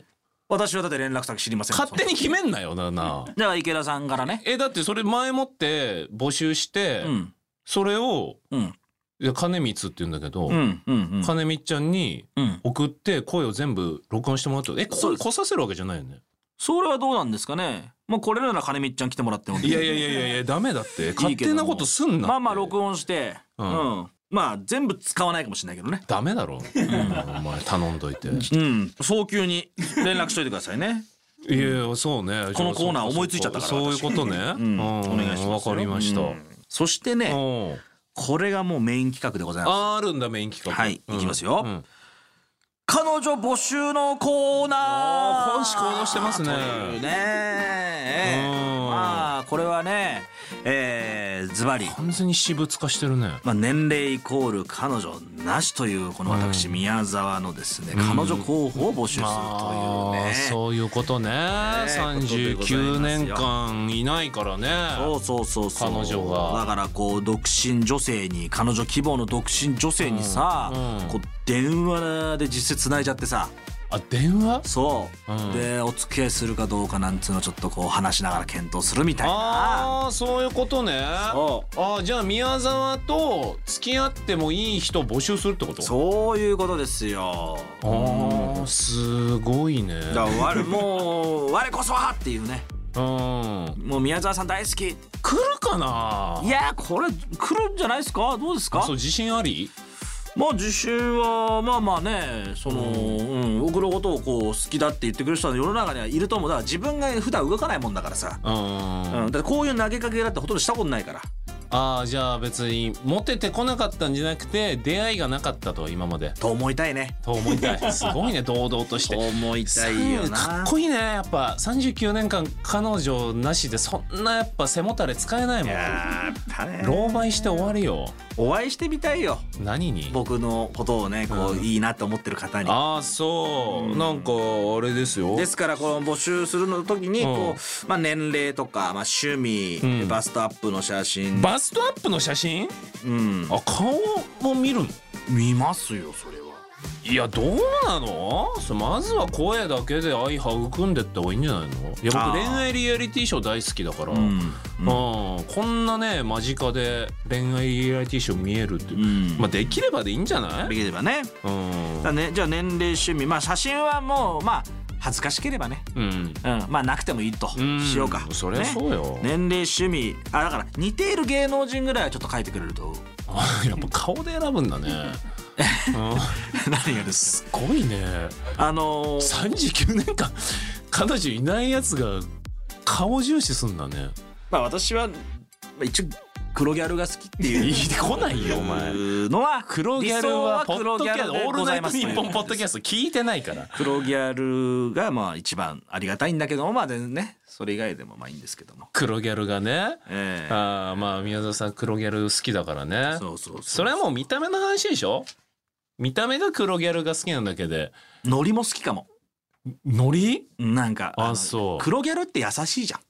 Speaker 3: 私はだって連絡先知りません
Speaker 2: 勝手に決めんなよなな
Speaker 3: だから池田さんからね
Speaker 2: えだってそれ前もって募集して、
Speaker 3: うん
Speaker 2: それを
Speaker 3: うん
Speaker 2: いや金光って言うんだけど、
Speaker 3: うんうんうん
Speaker 2: 金光ちゃんに
Speaker 3: うん
Speaker 2: 送って声を全部録音してもらったえここ
Speaker 3: そう
Speaker 2: に
Speaker 3: です
Speaker 2: 来させるわけじゃないよね
Speaker 3: それはどうなんですかねもうこれなら金光ちゃん来てもらっても
Speaker 2: いやいやいやいやいや ダメだって勝手なことすんなって
Speaker 3: まあまあ録音してう
Speaker 2: うん
Speaker 3: んまあ全部使わないかもしれないけどね
Speaker 2: ダメだろ、お前頼んどいてい
Speaker 3: うん早急に連絡しといてください ね
Speaker 2: やいやそうね
Speaker 3: このコーナー思いついちゃったから
Speaker 2: そうそういうことね、うん
Speaker 3: お願いしますよ
Speaker 2: わかりました、
Speaker 3: そしてね、
Speaker 2: うん
Speaker 3: これがもうメイン企画でございま
Speaker 2: あーあるんだメイン企
Speaker 3: す。
Speaker 2: 画
Speaker 3: はい、
Speaker 2: うん
Speaker 3: いきますよ、
Speaker 2: ん
Speaker 3: 彼女募集のコーナー。
Speaker 2: あー本誌行動してますね
Speaker 3: というねええ
Speaker 2: うん
Speaker 3: まあこれはね、えーズバリ、
Speaker 2: 完全に私物化してるね
Speaker 3: まあ、年齢イコール彼女なしというこの私宮沢のですね、彼女候補を募集するという
Speaker 2: あ
Speaker 3: ね
Speaker 2: ー。そういうことね
Speaker 3: ことでござ
Speaker 2: 39
Speaker 3: います
Speaker 2: 年
Speaker 3: よ
Speaker 2: 間いないからね
Speaker 3: そうそうそうそう
Speaker 2: 彼女が
Speaker 3: だからこう独身女性に彼女希望の独身女性にさ、
Speaker 2: うんうん
Speaker 3: こう電話で実際つないじゃってさ
Speaker 2: あ電話
Speaker 3: そう、
Speaker 2: うん
Speaker 3: でお付き合いするかどうかなんつうのちょっとこう話しながら検討するみたいな
Speaker 2: ああーそういうことね
Speaker 3: そ
Speaker 2: あーじゃあ宮沢と付き合ってもいい人を募集するってこと
Speaker 3: そういうことですよ
Speaker 2: あーすごいね
Speaker 3: だから我もう我こそはっていうね
Speaker 2: うん
Speaker 3: もう宮沢さん大好き
Speaker 2: 来るかない
Speaker 3: やーこれ来るんじゃないですかどうですか
Speaker 2: そう自信あり
Speaker 3: まあ自信はまあまあねその、うん僕のことをこう好きだって言ってくれる人は世の中にはいると思うだから自分が普段動かないもんだからさ、
Speaker 2: うん
Speaker 3: うんだってこういう投げかけだってほとんどしたことないから
Speaker 2: ああじゃあ別にモテてこなかったんじゃなくて出会いがなかったと今まで
Speaker 3: と思いたいね
Speaker 2: と思いたいすごいね堂々として
Speaker 3: 思いた
Speaker 2: かっこいいねやっぱ39年間彼女なしでそんなやっぱ背もたれ使えないもん
Speaker 3: やっぱね
Speaker 2: 狼狽して終わるよ
Speaker 3: お会いしてみたいよ
Speaker 2: 何に
Speaker 3: 僕のことをねこう、いいなって思ってる方に
Speaker 2: ああそうなんかあれですよ
Speaker 3: ですからこの募集するの時に
Speaker 2: うん
Speaker 3: こう、まあ、年齢とか、まあ、趣味、
Speaker 2: うん
Speaker 3: バストアップの写真、
Speaker 2: バストアップの写真
Speaker 3: うん、
Speaker 2: あ顔も見るの
Speaker 4: 見ますよそれはい
Speaker 2: やどうなのそまずは声だけで愛育んでった方がいいんじゃないのいや
Speaker 3: あー
Speaker 2: 僕恋愛リアリティショー大好きだから、うんこんなね間近で恋愛リアリティショー見えるって、
Speaker 3: ん
Speaker 2: まあ、できればでいいんじゃない、
Speaker 3: できればね
Speaker 2: うん
Speaker 3: だねじゃあ年齢趣味まあ写真はもうまあ恥ずかしければね、
Speaker 2: うん、
Speaker 3: うん、まあなくてもいいと
Speaker 2: うん
Speaker 3: しようか、
Speaker 2: そりゃそうよ
Speaker 3: ね、年齢趣味あだから似ている芸能人ぐらいはちょっと書いてくれると
Speaker 2: あ やっぱ顔で選ぶんだね、う
Speaker 3: 何がで
Speaker 2: ん、
Speaker 3: す
Speaker 2: すごいね
Speaker 3: あのー
Speaker 2: 39年間彼女いないやつが顔重視すんだね
Speaker 3: まあ私は、まあ、一応黒ギャルが好きって
Speaker 2: い
Speaker 3: い
Speaker 2: いう来ないよお前
Speaker 3: のは
Speaker 2: 黒ギャルはポッドキャスト
Speaker 3: 理想は黒ギャルで
Speaker 2: オール
Speaker 3: ござ
Speaker 2: ナイ
Speaker 3: い
Speaker 2: ト
Speaker 3: ます
Speaker 2: ニッポンポッドキャスト聞いてないから
Speaker 3: 黒ギャルがまあ一番ありがたいんだけどもまあ全然ねそれ以外でもまあいいんですけども
Speaker 2: 黒ギャルがね
Speaker 3: ええ
Speaker 2: あーまあ宮沢さん黒ギャル好きだからね
Speaker 3: そうそうそう
Speaker 2: それはもう見た目の話でしょ見た目が黒ギャルが好きなだけで
Speaker 3: ノリも好きかも
Speaker 2: ノリ
Speaker 3: なんか
Speaker 2: あ
Speaker 3: の
Speaker 2: そう
Speaker 3: 黒ギャルって優しいじゃん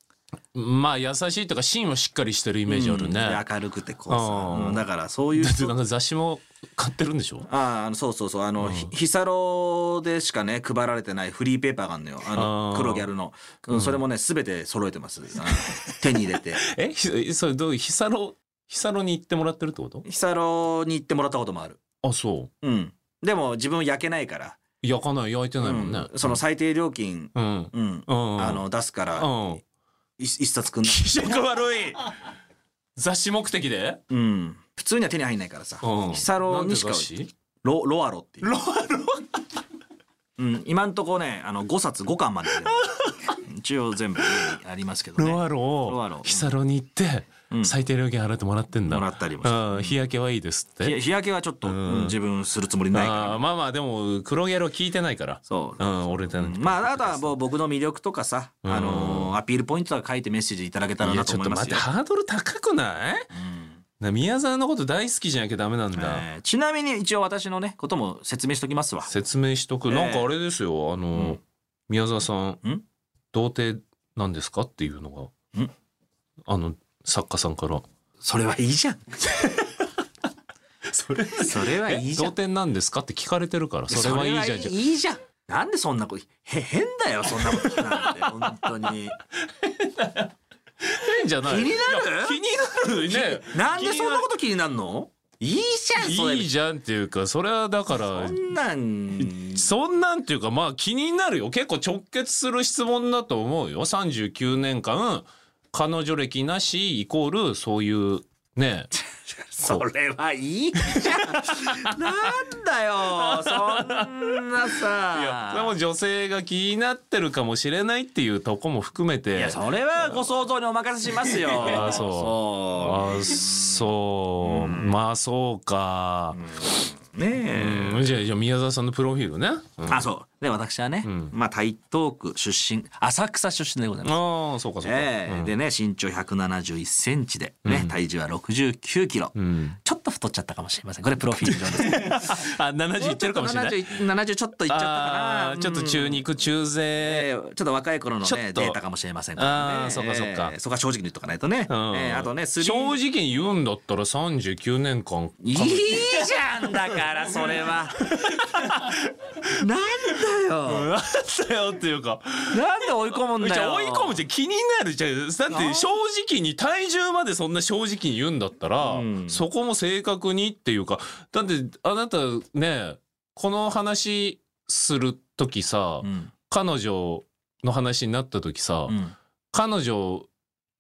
Speaker 2: まあ優しいとか芯をしっかりしてるイメージあるね、
Speaker 3: うん明るくてこう
Speaker 2: うん
Speaker 3: さ、うんだからそういう
Speaker 2: だって
Speaker 3: 人
Speaker 2: なんか雑誌も買ってるんでしょ
Speaker 3: あーあのそうそうそうあの、
Speaker 2: うん
Speaker 3: ひヒサロでしかね配られてないフリーペーパーがあるのよあの
Speaker 2: あー
Speaker 3: 黒ギャルの、うんそれもね全て揃えてます、あの 手に入れて
Speaker 2: えひそれどうヒサロヒサロに行ってもらってるってこと
Speaker 3: ヒサロに行ってもらったこともある
Speaker 2: あそ
Speaker 3: うんでも自分焼けないから、
Speaker 2: う焼かない焼いてないもんね、
Speaker 3: うんその最低料金、
Speaker 2: うん
Speaker 3: うん
Speaker 2: うん
Speaker 3: あの出すから、
Speaker 2: うん
Speaker 3: い一冊くんない、
Speaker 2: 気色悪い雑誌目的で
Speaker 3: うん、普通には手に入んないからさ、
Speaker 2: うん
Speaker 3: ヒサロにしか
Speaker 2: なんで雑誌
Speaker 3: ロロアロっていうロアロうん今んとこねあの5冊5巻まで出て る一応全部家にありますけどね
Speaker 2: ロアロ
Speaker 3: ロア
Speaker 2: を
Speaker 3: ロ
Speaker 2: ヒサロに行って
Speaker 3: ん
Speaker 2: 最低料金払ってもらってんだ
Speaker 3: もらったりもして
Speaker 2: うん日焼けはいいですっ
Speaker 3: ひ
Speaker 2: て
Speaker 3: 日焼けはちょっと、
Speaker 2: ん
Speaker 3: うん自分するつもりないから
Speaker 2: あーまあまあでも黒ギャルは聞いてないから
Speaker 3: そう
Speaker 2: うん俺だね
Speaker 3: まああとはもう僕の魅力とかさ、あのーアピールポイントとか書いてメッセージいただけたら
Speaker 2: い
Speaker 3: な
Speaker 2: や
Speaker 3: と
Speaker 2: ちょっ
Speaker 3: 思
Speaker 2: と
Speaker 3: いま
Speaker 2: 待っ
Speaker 3: す
Speaker 2: て
Speaker 3: よ
Speaker 2: ハードル高くないな宮沢のこと大好きじゃなきゃダメなんだ
Speaker 3: えーちなみに一応私のねことも説明しときますわ
Speaker 2: 説明しとく、
Speaker 3: ええ
Speaker 2: なんかあれですよあの、宮沢さん
Speaker 3: ん
Speaker 2: 童貞なんですかっていうのが
Speaker 3: ん
Speaker 2: あの作家さんから
Speaker 3: それはいいじゃん
Speaker 2: それ
Speaker 3: それはいいじ
Speaker 2: 童
Speaker 3: ゃん
Speaker 2: 貞なんですかって聞かれてるからそれはいいじゃんじ
Speaker 3: それ
Speaker 2: ゃ
Speaker 3: はいいじゃんなんでそんなことへ変だよそんなこと聞 かれて本当に
Speaker 2: んじゃない
Speaker 3: 気
Speaker 2: い
Speaker 3: になる
Speaker 2: や気になるね
Speaker 3: なんでそんな
Speaker 2: 気
Speaker 3: こと気になるのいいじゃん
Speaker 2: に
Speaker 3: そ
Speaker 2: な
Speaker 3: れ
Speaker 2: るいいじゃんっていうかそれはだから
Speaker 3: そんなん
Speaker 2: そんなんっていうかまあ気になるよ結構直結する質問だと思うよ39年間彼女歴なしイコールそういうね
Speaker 3: それはいいじ ゃんなんだよそんない
Speaker 2: やそれも
Speaker 3: さ
Speaker 2: 女性が気になってるかもしれないっていうとこも含めて
Speaker 3: いやそれはご想像にお任せしますよ
Speaker 2: あそうあ
Speaker 3: そ
Speaker 2: そう、まあそうか、
Speaker 3: ね
Speaker 2: うんじゃあじゃあ宮沢さんのプロフィールね、うん
Speaker 3: あそうで私はね、まあ台東区出身浅草出身でございます
Speaker 2: ああそうかそうか、
Speaker 3: ええでね身長171センチで、ね体重は69キロ、ちょっと太っちゃったかもしれませんこれプロフィール 上です
Speaker 2: あ70いってるかもしれない
Speaker 3: 70 70ちょっといっちゃったか
Speaker 2: あ
Speaker 3: な
Speaker 2: ーちょっと中肉中背、
Speaker 3: えーちょっと若い頃の
Speaker 2: ちょ
Speaker 3: ね
Speaker 2: っと
Speaker 3: データかもしれません
Speaker 2: あーそっかそっか
Speaker 3: えーそこは正直に言っとかないとね、
Speaker 2: うん
Speaker 3: えーあとねスリー
Speaker 2: 正直に言うんだったら39年 間
Speaker 3: いいじゃんだからそれは なんだよ
Speaker 2: あったよっていうか
Speaker 3: なんで追い込むんだ
Speaker 2: じゃ
Speaker 3: よ
Speaker 2: あ追い込むじゃん気になるじゃんだって正直に体重までそんな正直に言うんだったら、そこも正確にっていうかだってあなたねこの話する時さ、
Speaker 3: うん
Speaker 2: 彼女の話になった時さ、
Speaker 3: うん
Speaker 2: 彼女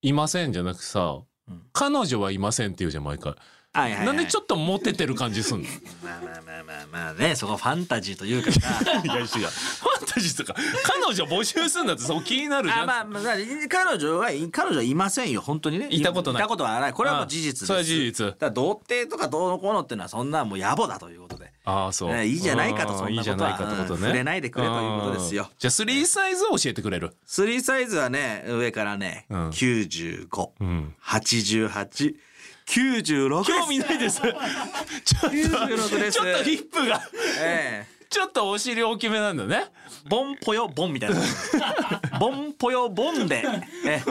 Speaker 2: いませんじゃなくさ、
Speaker 3: うん
Speaker 2: 彼女はいませんって言うじゃん毎回、
Speaker 3: はいはいはい
Speaker 2: なんでちょっとモテてる感じす んのい
Speaker 3: まあまあまあまあまあねそこファンタジーというかさ
Speaker 2: や違うファンタジーとか彼女募集するんだってそこ気になるじゃ
Speaker 3: あ
Speaker 2: ん、
Speaker 3: まあ、まあ、彼女は彼女はいませんよ本当にね
Speaker 2: いたことない
Speaker 3: いたことはないこれはもう事実です
Speaker 2: ああそれは事実
Speaker 3: だから童貞とかどうのこうのっていうのはそんなもう野暮だということで
Speaker 2: ああそう、
Speaker 3: ねいいじゃないかと
Speaker 2: うん
Speaker 3: そん
Speaker 2: い
Speaker 3: なことはい
Speaker 2: じゃないかってことね、
Speaker 3: うん触れないでくれということですよ
Speaker 2: んじゃあスリーサイズを教えてくれる
Speaker 3: スリーサイズはね上からね、
Speaker 2: うん
Speaker 3: 958896
Speaker 2: 興味ない ですちょっと
Speaker 3: 96です
Speaker 2: ちょっとヒップが
Speaker 3: ええ
Speaker 2: ちょっとお尻大きめなんだね
Speaker 3: ボンポヨボンみた いな。ボンポヨボンで。え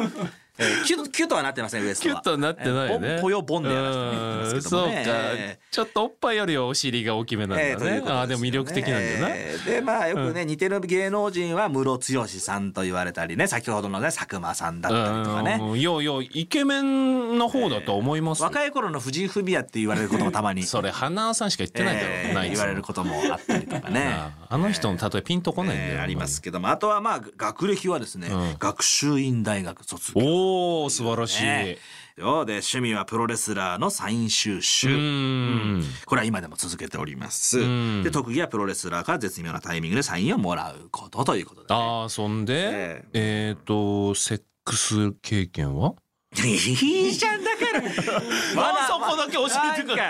Speaker 3: えー、キュッキュッとはなってませんウエスト
Speaker 2: キュ
Speaker 3: は
Speaker 2: ッとはなってないよね、
Speaker 3: えーボンポヨボンでやらせてもらってますけどもね
Speaker 2: うんそうか、
Speaker 3: え
Speaker 2: ちょっとおっぱいよりはお尻が大きめなん
Speaker 3: ー
Speaker 2: だね
Speaker 3: え、ーということ
Speaker 2: ああでも魅力的なんだよな、
Speaker 3: えーでまあよくね、似てる芸能人はムロツヨシさんと言われたりね先ほどのね佐久間さんだったりとかね、
Speaker 2: うん、ようようイケメンの方だと思います、
Speaker 3: 若い頃の藤井フミヤって言われることもたまに、
Speaker 2: それ花さんしか言ってないだろ、
Speaker 3: えー
Speaker 2: ない
Speaker 3: 言われることもあったりとかね。
Speaker 2: ああの人の例えピンとこないんだよ、
Speaker 3: えーありますけどもあとはまあ学歴はですね、
Speaker 2: うん
Speaker 3: 学習院大学卒業
Speaker 2: おお素晴らしい、
Speaker 3: ねようで趣味はプロレスラーのサイン収
Speaker 2: う
Speaker 3: 集、
Speaker 2: ん
Speaker 3: これは今でも続けております、
Speaker 2: うん
Speaker 3: で特技はプロレスラーから絶妙なタイミングでサインをもらうことということで、ね、
Speaker 2: ああそんで
Speaker 3: え
Speaker 2: えっ、とセックス経験はい
Speaker 3: いじゃんだ から
Speaker 2: まだそこだけ教えてくれ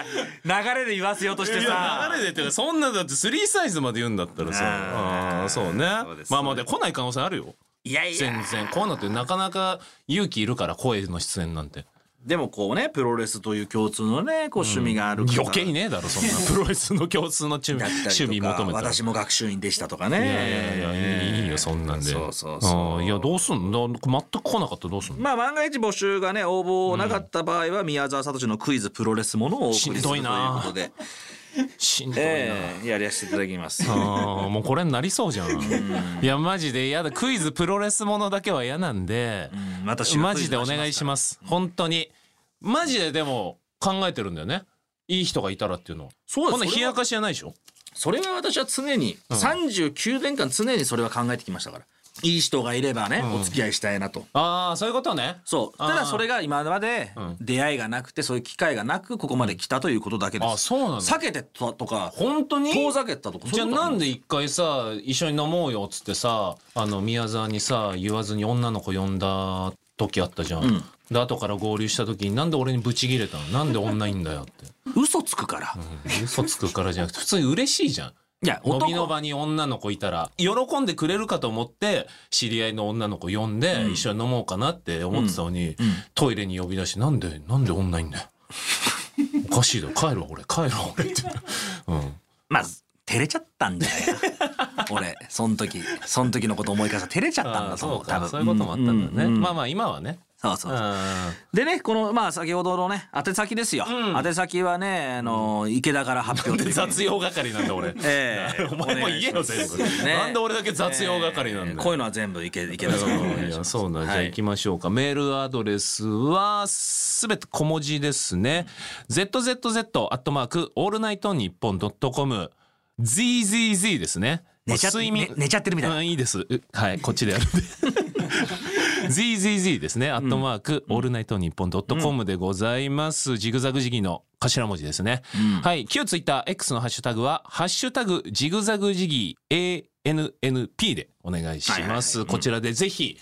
Speaker 3: なんか流れで言わせようとして
Speaker 2: い
Speaker 3: さ
Speaker 2: や流れでってかそんなだってスリーサイズまで言うんだったらさ
Speaker 3: あー
Speaker 2: あーそうね
Speaker 3: そうです
Speaker 2: まあまあで来ない可能性あるよ
Speaker 3: いやいや
Speaker 2: 全然こういうのってなかなか勇気いるから声の出演なんて
Speaker 3: でもこうねプロレスという共通のねこう趣味があるから、
Speaker 2: 余計ねえだろそんな プロレスの共通の趣味
Speaker 3: だったりとか
Speaker 2: 趣味求めたら
Speaker 3: 私も学習院でしたとかね
Speaker 2: いやいやいやいいよそんなんで
Speaker 3: そうそうそう
Speaker 2: あーいやどうすんの全く来なかったらどうすんの
Speaker 3: まあ万が一募集がね応募なかった場合は宮沢聡のクイズプロレスものをお送りする
Speaker 2: しん
Speaker 3: と
Speaker 2: ど
Speaker 3: い
Speaker 2: いうな
Speaker 3: ことで、
Speaker 2: しんどいな、
Speaker 3: ええやりやせていただきます。
Speaker 2: あーもうこれになりそうじゃん。いやマジで嫌だクイズプロレスものだけは嫌なんで、
Speaker 3: うん私が
Speaker 2: マ
Speaker 3: クイ
Speaker 2: ジ
Speaker 3: ズ
Speaker 2: で
Speaker 3: 出
Speaker 2: お願いします本当にマジででも考えてるんだよねいい人がいたらっていうのは
Speaker 3: そうです
Speaker 2: こんな冷やかしじゃないでしょ
Speaker 3: それは私は常に、39年間常にそれは考えてきましたから。いい人がいればね、お付き合いしたいなと。
Speaker 2: ああそういうことね
Speaker 3: そう。た
Speaker 2: あ
Speaker 3: だ
Speaker 2: ー
Speaker 3: それが今まで出会いがなくて、そういう機会がなく、ここまで来たということだけです。
Speaker 2: あそうなんだ
Speaker 3: 避けてたとか、
Speaker 2: 本当に
Speaker 3: 遠ざけたとか。
Speaker 2: じゃあなん
Speaker 3: で
Speaker 2: で一回さ一緒に飲もうよっつってさあの宮沢にさ言わずに女の子呼んだ時あったじゃん、で後から合流した時になんで俺にブチギレたのなんで女いんだよって
Speaker 3: 嘘つくから。
Speaker 2: 嘘つくからじゃなくて普通に嬉しいじゃん
Speaker 3: いや、
Speaker 2: 飲み
Speaker 3: 男
Speaker 2: の場に女の子いたら喜んでくれるかと思って知り合いの女の子呼んで一緒に飲もうかなって思ってたのに、トイレに呼び出してなんでなんで女いんだよ おかしいだろ帰るわ俺帰るわ俺って、うん、
Speaker 3: まず、照れちゃったんじゃない かな俺、その時、その時のこと思い返したら照れちゃったん
Speaker 2: あ
Speaker 3: だ
Speaker 2: あ
Speaker 3: と
Speaker 2: そ
Speaker 3: 思
Speaker 2: う
Speaker 3: う、多
Speaker 2: か
Speaker 3: 分。
Speaker 2: そういうこともあったんだね、
Speaker 3: うう
Speaker 2: まあまあ今はね
Speaker 3: そうそうそう。
Speaker 2: あ
Speaker 3: でね、この、まあ、先ほどのね、宛先ですよ。宛先はね、あの、池田から発表ということで
Speaker 2: 雑用係なんだ俺
Speaker 3: ええ
Speaker 2: お前も言えよ全部、
Speaker 3: ね
Speaker 2: なんで俺だけ雑用係なんだよ、
Speaker 3: こういうのは全部いけ、いけたぞ。
Speaker 2: い やそうなんじゃあ
Speaker 3: はい
Speaker 2: 行きましょうか、メールアドレスはすべて小文字ですね ZZZ アットマークオールナイトニッポンドットコム ZZZ ですね
Speaker 3: 寝ちゃっ
Speaker 2: 睡眠
Speaker 3: 寝寝ちゃってるみたいな
Speaker 2: うんいいですうはいこっちでやる んで ZZZ ですね、アットマーク、オールナイトニッポンドットコムでございます。ジグザグジギーの頭文字ですね。はい、旧ツイッター X のハッシュタグは、ハッシュタグジグザグジギー ANNP でお願いします。こちらでぜひ、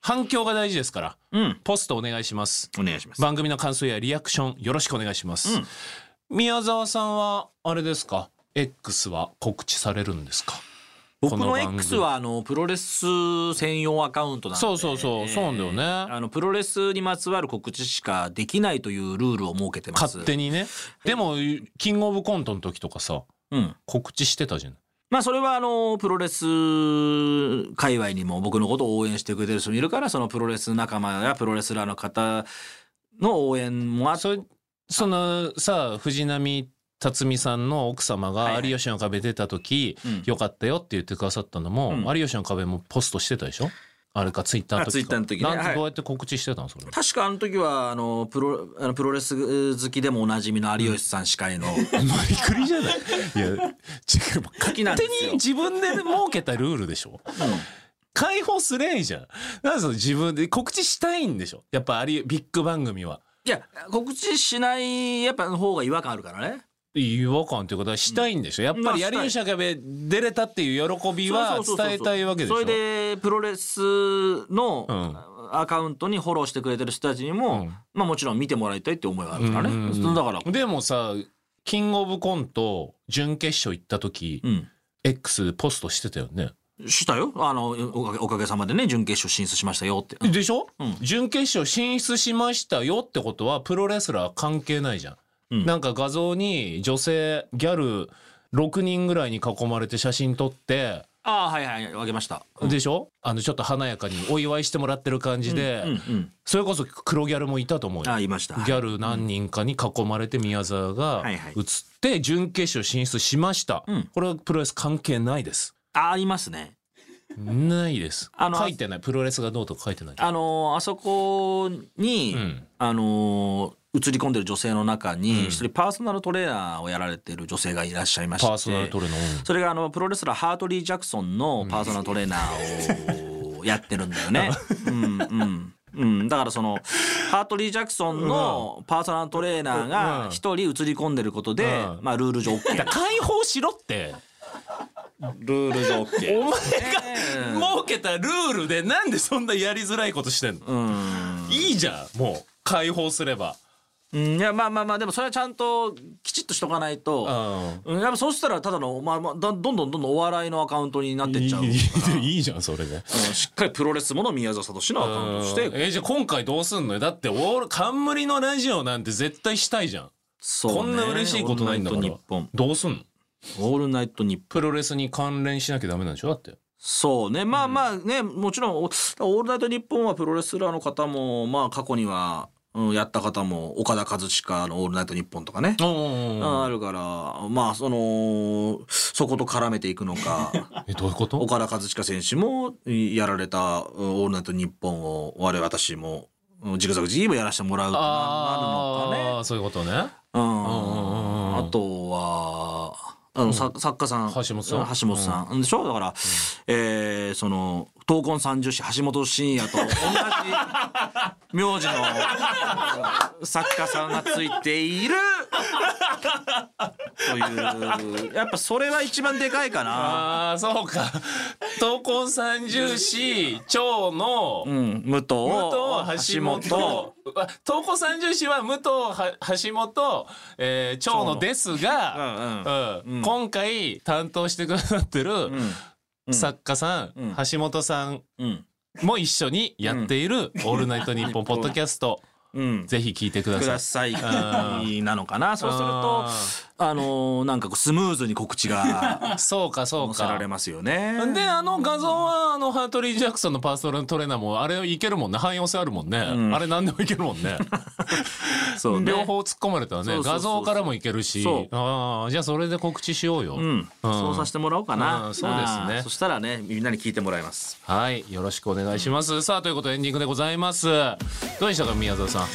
Speaker 2: 反響が大事ですから、ポストお願いします。
Speaker 3: お願いします。
Speaker 2: 番組の感想やリアクションよろしくお願いします。宮沢さんはあれですか X は告知されるんですか
Speaker 3: 僕
Speaker 2: この
Speaker 3: の
Speaker 2: 番組
Speaker 3: X はあのプロレス専用アカウントなんで
Speaker 2: そうそうそうそうなんだよね
Speaker 3: あのプロレスにまつわる告知しかできないというルールを設けてます
Speaker 2: 勝手にねでもキングオブコントの時とかさ
Speaker 3: うん
Speaker 2: 告知してたじゃない
Speaker 3: まあそれはあのプロレス界隈にも僕のことを応援してくれてる人もいるからそのプロレス仲間やプロレスラーの方の応援もあって
Speaker 2: それそのさ藤波辰巳さんの奥様
Speaker 3: はい
Speaker 2: が
Speaker 3: はい
Speaker 2: 有吉の壁出た時、
Speaker 3: うん
Speaker 2: よかったよって言ってくださったのも、有吉の壁もポストしてたでしょあれかツイッターの時か
Speaker 3: あツイッターの時ね
Speaker 2: なん
Speaker 3: はい
Speaker 2: どうやって告知してたのそれ
Speaker 3: 確かあの時はあのプロあのプロレス好きでもおなじみの有吉さん司会の、
Speaker 2: 無理くりじゃないいや違う 勝手
Speaker 3: きなんですよ
Speaker 2: に自分で設けたルールでしょ、解放すれんじゃんなんでその自分で告知したいんでしょやっぱありビッグ番組はい
Speaker 3: や告知しないやっぱ方が違和感あるからね
Speaker 2: 違和感ということはしたいんでしょ、やっぱ
Speaker 3: まあ
Speaker 2: り
Speaker 3: したい
Speaker 2: 有吉の壁出れたっていう喜びは
Speaker 3: そうそうそうそう
Speaker 2: 伝えたいわけでしょ
Speaker 3: それでプロレスのアカウントにフォローしてくれてる人たちにも、
Speaker 2: うん
Speaker 3: まあもちろん見てもらいたいって思いがあるからね、
Speaker 2: うんうんうん
Speaker 3: そうだから
Speaker 2: でもさキングオブコント準決勝行った時、
Speaker 3: うん
Speaker 2: X ポストしてたよね
Speaker 3: したよあのおかげおかげさまでね準決勝進出しましたよって
Speaker 2: でしょ、
Speaker 3: ん
Speaker 2: 準決勝進出しましたよってことはプロレスラー関係ないじゃん、
Speaker 3: うん
Speaker 2: なんか画像に女性ギャル6人ぐらいに囲まれて写真撮って
Speaker 3: ああはいはいあげました
Speaker 2: でしょあのちょっと華やかにお祝いしてもらってる感じで、
Speaker 3: うんうん
Speaker 2: それこそ黒ギャルもいたと思うよ
Speaker 3: ああいました
Speaker 2: ギャル何人かに囲まれて宮沢が
Speaker 3: はいはい
Speaker 2: 映って準決勝進出しました、
Speaker 3: うん
Speaker 2: これはプロレス関係ないです
Speaker 3: あありますね
Speaker 2: ないです
Speaker 3: あの
Speaker 2: 書いてないプロレスがどうとか書いてない
Speaker 3: あのーあそこに、
Speaker 2: うん
Speaker 3: あのー映り込んでる女性の中に一人パーソナルトレーナーをやられてる女性がいらっしゃいまして
Speaker 2: パーソナルトレーナーうん
Speaker 3: それがあのプロレスラーハートリー・ジャクソンのパーソナルトレーナーをやってるんだ よね。うんうんうん、だからそのハートリー・ジャクソンのパーソナルトレーナーが一人映り込んでることで、
Speaker 2: うん
Speaker 3: まあ、ルール上 OK
Speaker 2: だから解放しろって
Speaker 3: ルール上 OK
Speaker 2: お前が設けたルールでなんでそんなやりづらいことしてんの、いいじゃんもう解放すれば
Speaker 3: うん、いやまあまあまあでもそれはちゃんときちっとしとかないと、うん、やっぱそうしたらただの、まあまあ、だどんどんどんどんお笑いのアカウントになって
Speaker 2: い
Speaker 3: っ
Speaker 2: い
Speaker 3: ちゃう、うん
Speaker 2: いいじゃんそれで、
Speaker 3: しっかりプロレスもの宮沢聡のアカウントとして、
Speaker 2: えじゃあ今回どうすんのよだって俺冠のラジオなんて絶対したいじゃん
Speaker 3: そうね
Speaker 2: こんな嬉しいことないんだから
Speaker 3: オールナイト日本
Speaker 2: どうすんの
Speaker 3: オールナイト日本
Speaker 2: プロレスに関連しなきゃダメなんでしょだって
Speaker 3: そうねまあまあね、もちろんお「オールナイトニッポン」はプロレスラーの方もまあ過去には、うん、やった方も岡田和親の「オールナイトニッポン」とかね、あるからまあそのそこと絡めていくのか
Speaker 2: えどういうこと
Speaker 3: 岡田和親選手もいやられた「うんオールナイトニッポン」を我々私もうんジグザグ G もやらせてもらうとななるのか
Speaker 2: あ
Speaker 3: ね。
Speaker 2: あそういうことね
Speaker 3: うん
Speaker 2: うん
Speaker 3: あとは、あの、さ作家さん。
Speaker 2: 橋本さん
Speaker 3: 橋本さん。でしょだから、えーその、闘魂三十士、橋本真也と 同じ名字の作家さんがついているという、やっぱそれは一番でかいかな。
Speaker 2: ああそうか闘魂三重士長の
Speaker 3: うん、
Speaker 2: 武
Speaker 3: 武藤、
Speaker 2: 藤橋本
Speaker 3: 橋
Speaker 2: あ闘魂三重士は武藤は橋本、えー、長のですが、
Speaker 3: うんうんうん
Speaker 2: 今回担当してくださってる作家さん、
Speaker 3: うん
Speaker 2: 橋本さん
Speaker 3: うん。
Speaker 2: も一緒にやっている「オールナイトニッポン」ポッドキャス ト、
Speaker 3: うん。
Speaker 2: ぜひ聞いてくだ
Speaker 3: く
Speaker 2: さい
Speaker 3: だ。さいなのかなそうすると
Speaker 2: あ
Speaker 3: あのーなんかこうスムーズに告知が
Speaker 2: そうか そう
Speaker 3: 載せら
Speaker 2: か
Speaker 3: れ。ますよね。
Speaker 2: であの画像はあのハートリー・ジャクソンのパーソナルトレーナーもあれいけるもんね汎用性あるもんね、あれ何でもいけるもんね
Speaker 3: そう ね
Speaker 2: 両方突っ込まれたらね
Speaker 3: そうそうそう
Speaker 2: 画像からもいけるし
Speaker 3: そう
Speaker 2: あーじゃあそれで告知しようよ、
Speaker 3: うん、そうさせてもらおうかな、
Speaker 2: うんそうですね
Speaker 3: あーそしたらねみんなに聞いてもらいます
Speaker 2: はいよろしくお願いします、さあということでエンディングでございますどうでしたか宮沢さん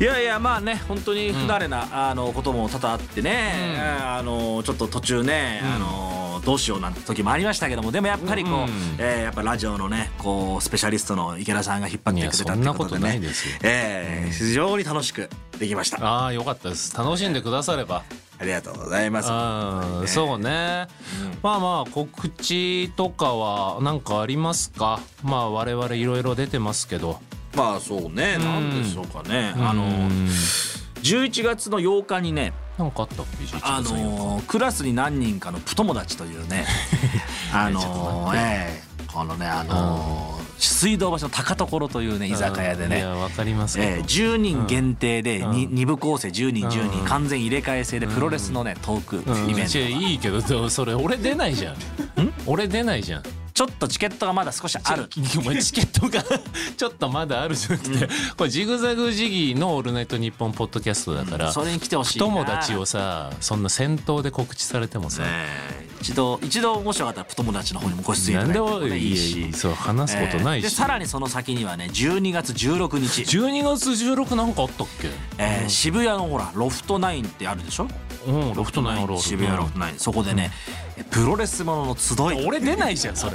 Speaker 3: いやいやまあね本当に不慣れな、あのことも多々あってね、あのちょっと途中ね、あのどうしようなんて時もありましたけどもでもやっぱりこう、えーやっぱラジオのねこうスペシャリストの池田さんが引っ張ってくれた
Speaker 2: いやそ
Speaker 3: っ
Speaker 2: ん
Speaker 3: て
Speaker 2: な
Speaker 3: こ
Speaker 2: ことと
Speaker 3: で
Speaker 2: ない
Speaker 3: ね
Speaker 2: ですよ
Speaker 3: えー非常に楽しくできました
Speaker 2: ああよかったです楽しんでくだされば
Speaker 3: ありがとうございます
Speaker 2: うん、そうね、まあまあ告知とかはなんかありますかまあ我々いろいろ出てますけど
Speaker 3: まあそうね、なんでしょうかね。あの11月の8日にね、
Speaker 2: なんかあったっけじゃ
Speaker 3: あのークラスに何人かのプ友達という ねあのーええこのねあのー水道橋の高所というね居酒屋で
Speaker 2: い
Speaker 3: ね
Speaker 2: やわかりますけ
Speaker 3: え
Speaker 2: ど
Speaker 3: ー、10人限定で 2, 部構成10人10人完全入れ替え制でプロレスのねトーク
Speaker 2: うん
Speaker 3: イベン
Speaker 2: いや
Speaker 3: トが
Speaker 2: いいけどでもそれ俺出ないじゃん俺出ないじゃん
Speaker 3: ちょっとチケットがまだ少しある
Speaker 2: お前チケットが ちょっとまだあるじゃなくて、これジグザグジギーの「オールナイトニッポン」ポッドキャストだから、
Speaker 3: それに来てほしいな
Speaker 2: 友達をさそんな先頭で告知されてもさ、
Speaker 3: えー一度一度もしよかったら友達の方にもご出演い
Speaker 2: なん
Speaker 3: ただい
Speaker 2: で
Speaker 3: ても
Speaker 2: 俺
Speaker 3: ねいいし
Speaker 2: いやそう話すことないし、
Speaker 3: えーでさらにその先にはね12月16日、
Speaker 2: 12月16なんかあったっけ
Speaker 3: えー渋谷のほらロフトナインってあるでしょ
Speaker 2: うんロフトナインロ
Speaker 3: 渋谷ロフトナインそこでねプロレスものの集い
Speaker 2: 俺出ないじゃんそ れ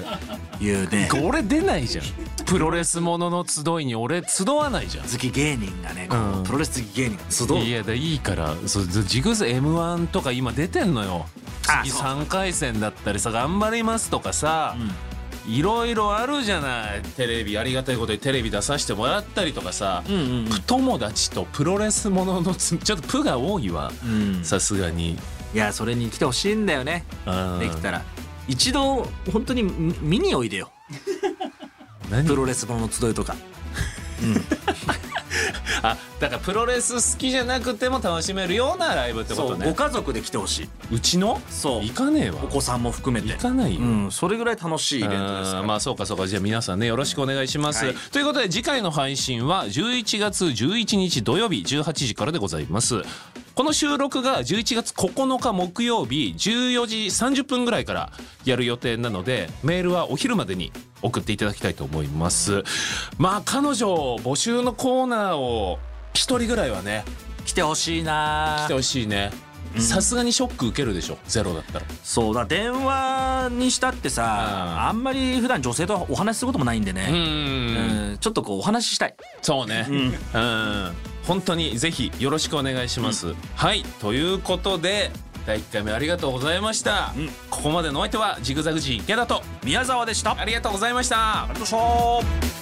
Speaker 3: というね
Speaker 2: 俺出ないじゃんプロレスものの集いに俺集わないじゃん
Speaker 3: 好き芸人がねこのプロレス好き芸人が集う
Speaker 2: いやだいいからそうずジグズ m 1とか今出てんのよ
Speaker 3: あ
Speaker 2: 次
Speaker 3: そう
Speaker 2: 3回戦だったりさ頑張りますとかさ、いろいろあるじゃないテレビありがたいことにテレビ出させてもらったりとかさ、プ友達とプロレスもののつちょっとプが多いわ
Speaker 3: うん
Speaker 2: さすがに
Speaker 3: いやそれに来てほしいんだよね
Speaker 2: うん
Speaker 3: できたら一度本当にみ見においでよ
Speaker 2: 何
Speaker 3: プロレスものの集いとか
Speaker 2: あだからプロレス好きじゃなくても楽しめるようなライブってこ
Speaker 3: そ
Speaker 2: と
Speaker 3: うご
Speaker 2: ね
Speaker 3: 家族で来てほしい
Speaker 2: そううちの
Speaker 3: そう
Speaker 2: 行かねえわ
Speaker 3: お子さんも含めて
Speaker 2: 行かないよ、
Speaker 3: うんそれぐらい楽しいイベントですから
Speaker 2: あーまあそうかそうかじゃあ皆さんねよろしくお願いします、
Speaker 3: はい
Speaker 2: ということで次回の配信は11月11日土曜日18時からでございますこの収録が11月9日木曜日14時30分ぐらいからやる予定なのでメールはお昼までに送っていただきたいと思いますまあ彼女募集のコーナーを一人ぐらいはね
Speaker 3: 来てほしいな
Speaker 2: 来てほしいねさすがにショック受けるでしょゼロだったら
Speaker 3: そうだ電話にしたって
Speaker 2: うん
Speaker 3: さあんまり普段女性とお話しすることもないんで
Speaker 2: う
Speaker 3: ね
Speaker 2: ん
Speaker 3: うんちょっとこうお話ししたい
Speaker 2: そうね。うん。本当にぜひよろしくお願いします。はい。ということで、第1回目ありがとうございました。ここまでのお相手は、ジグザグジギー池田と、
Speaker 3: 宮沢でした
Speaker 2: ありがとうございました。
Speaker 3: どうしょう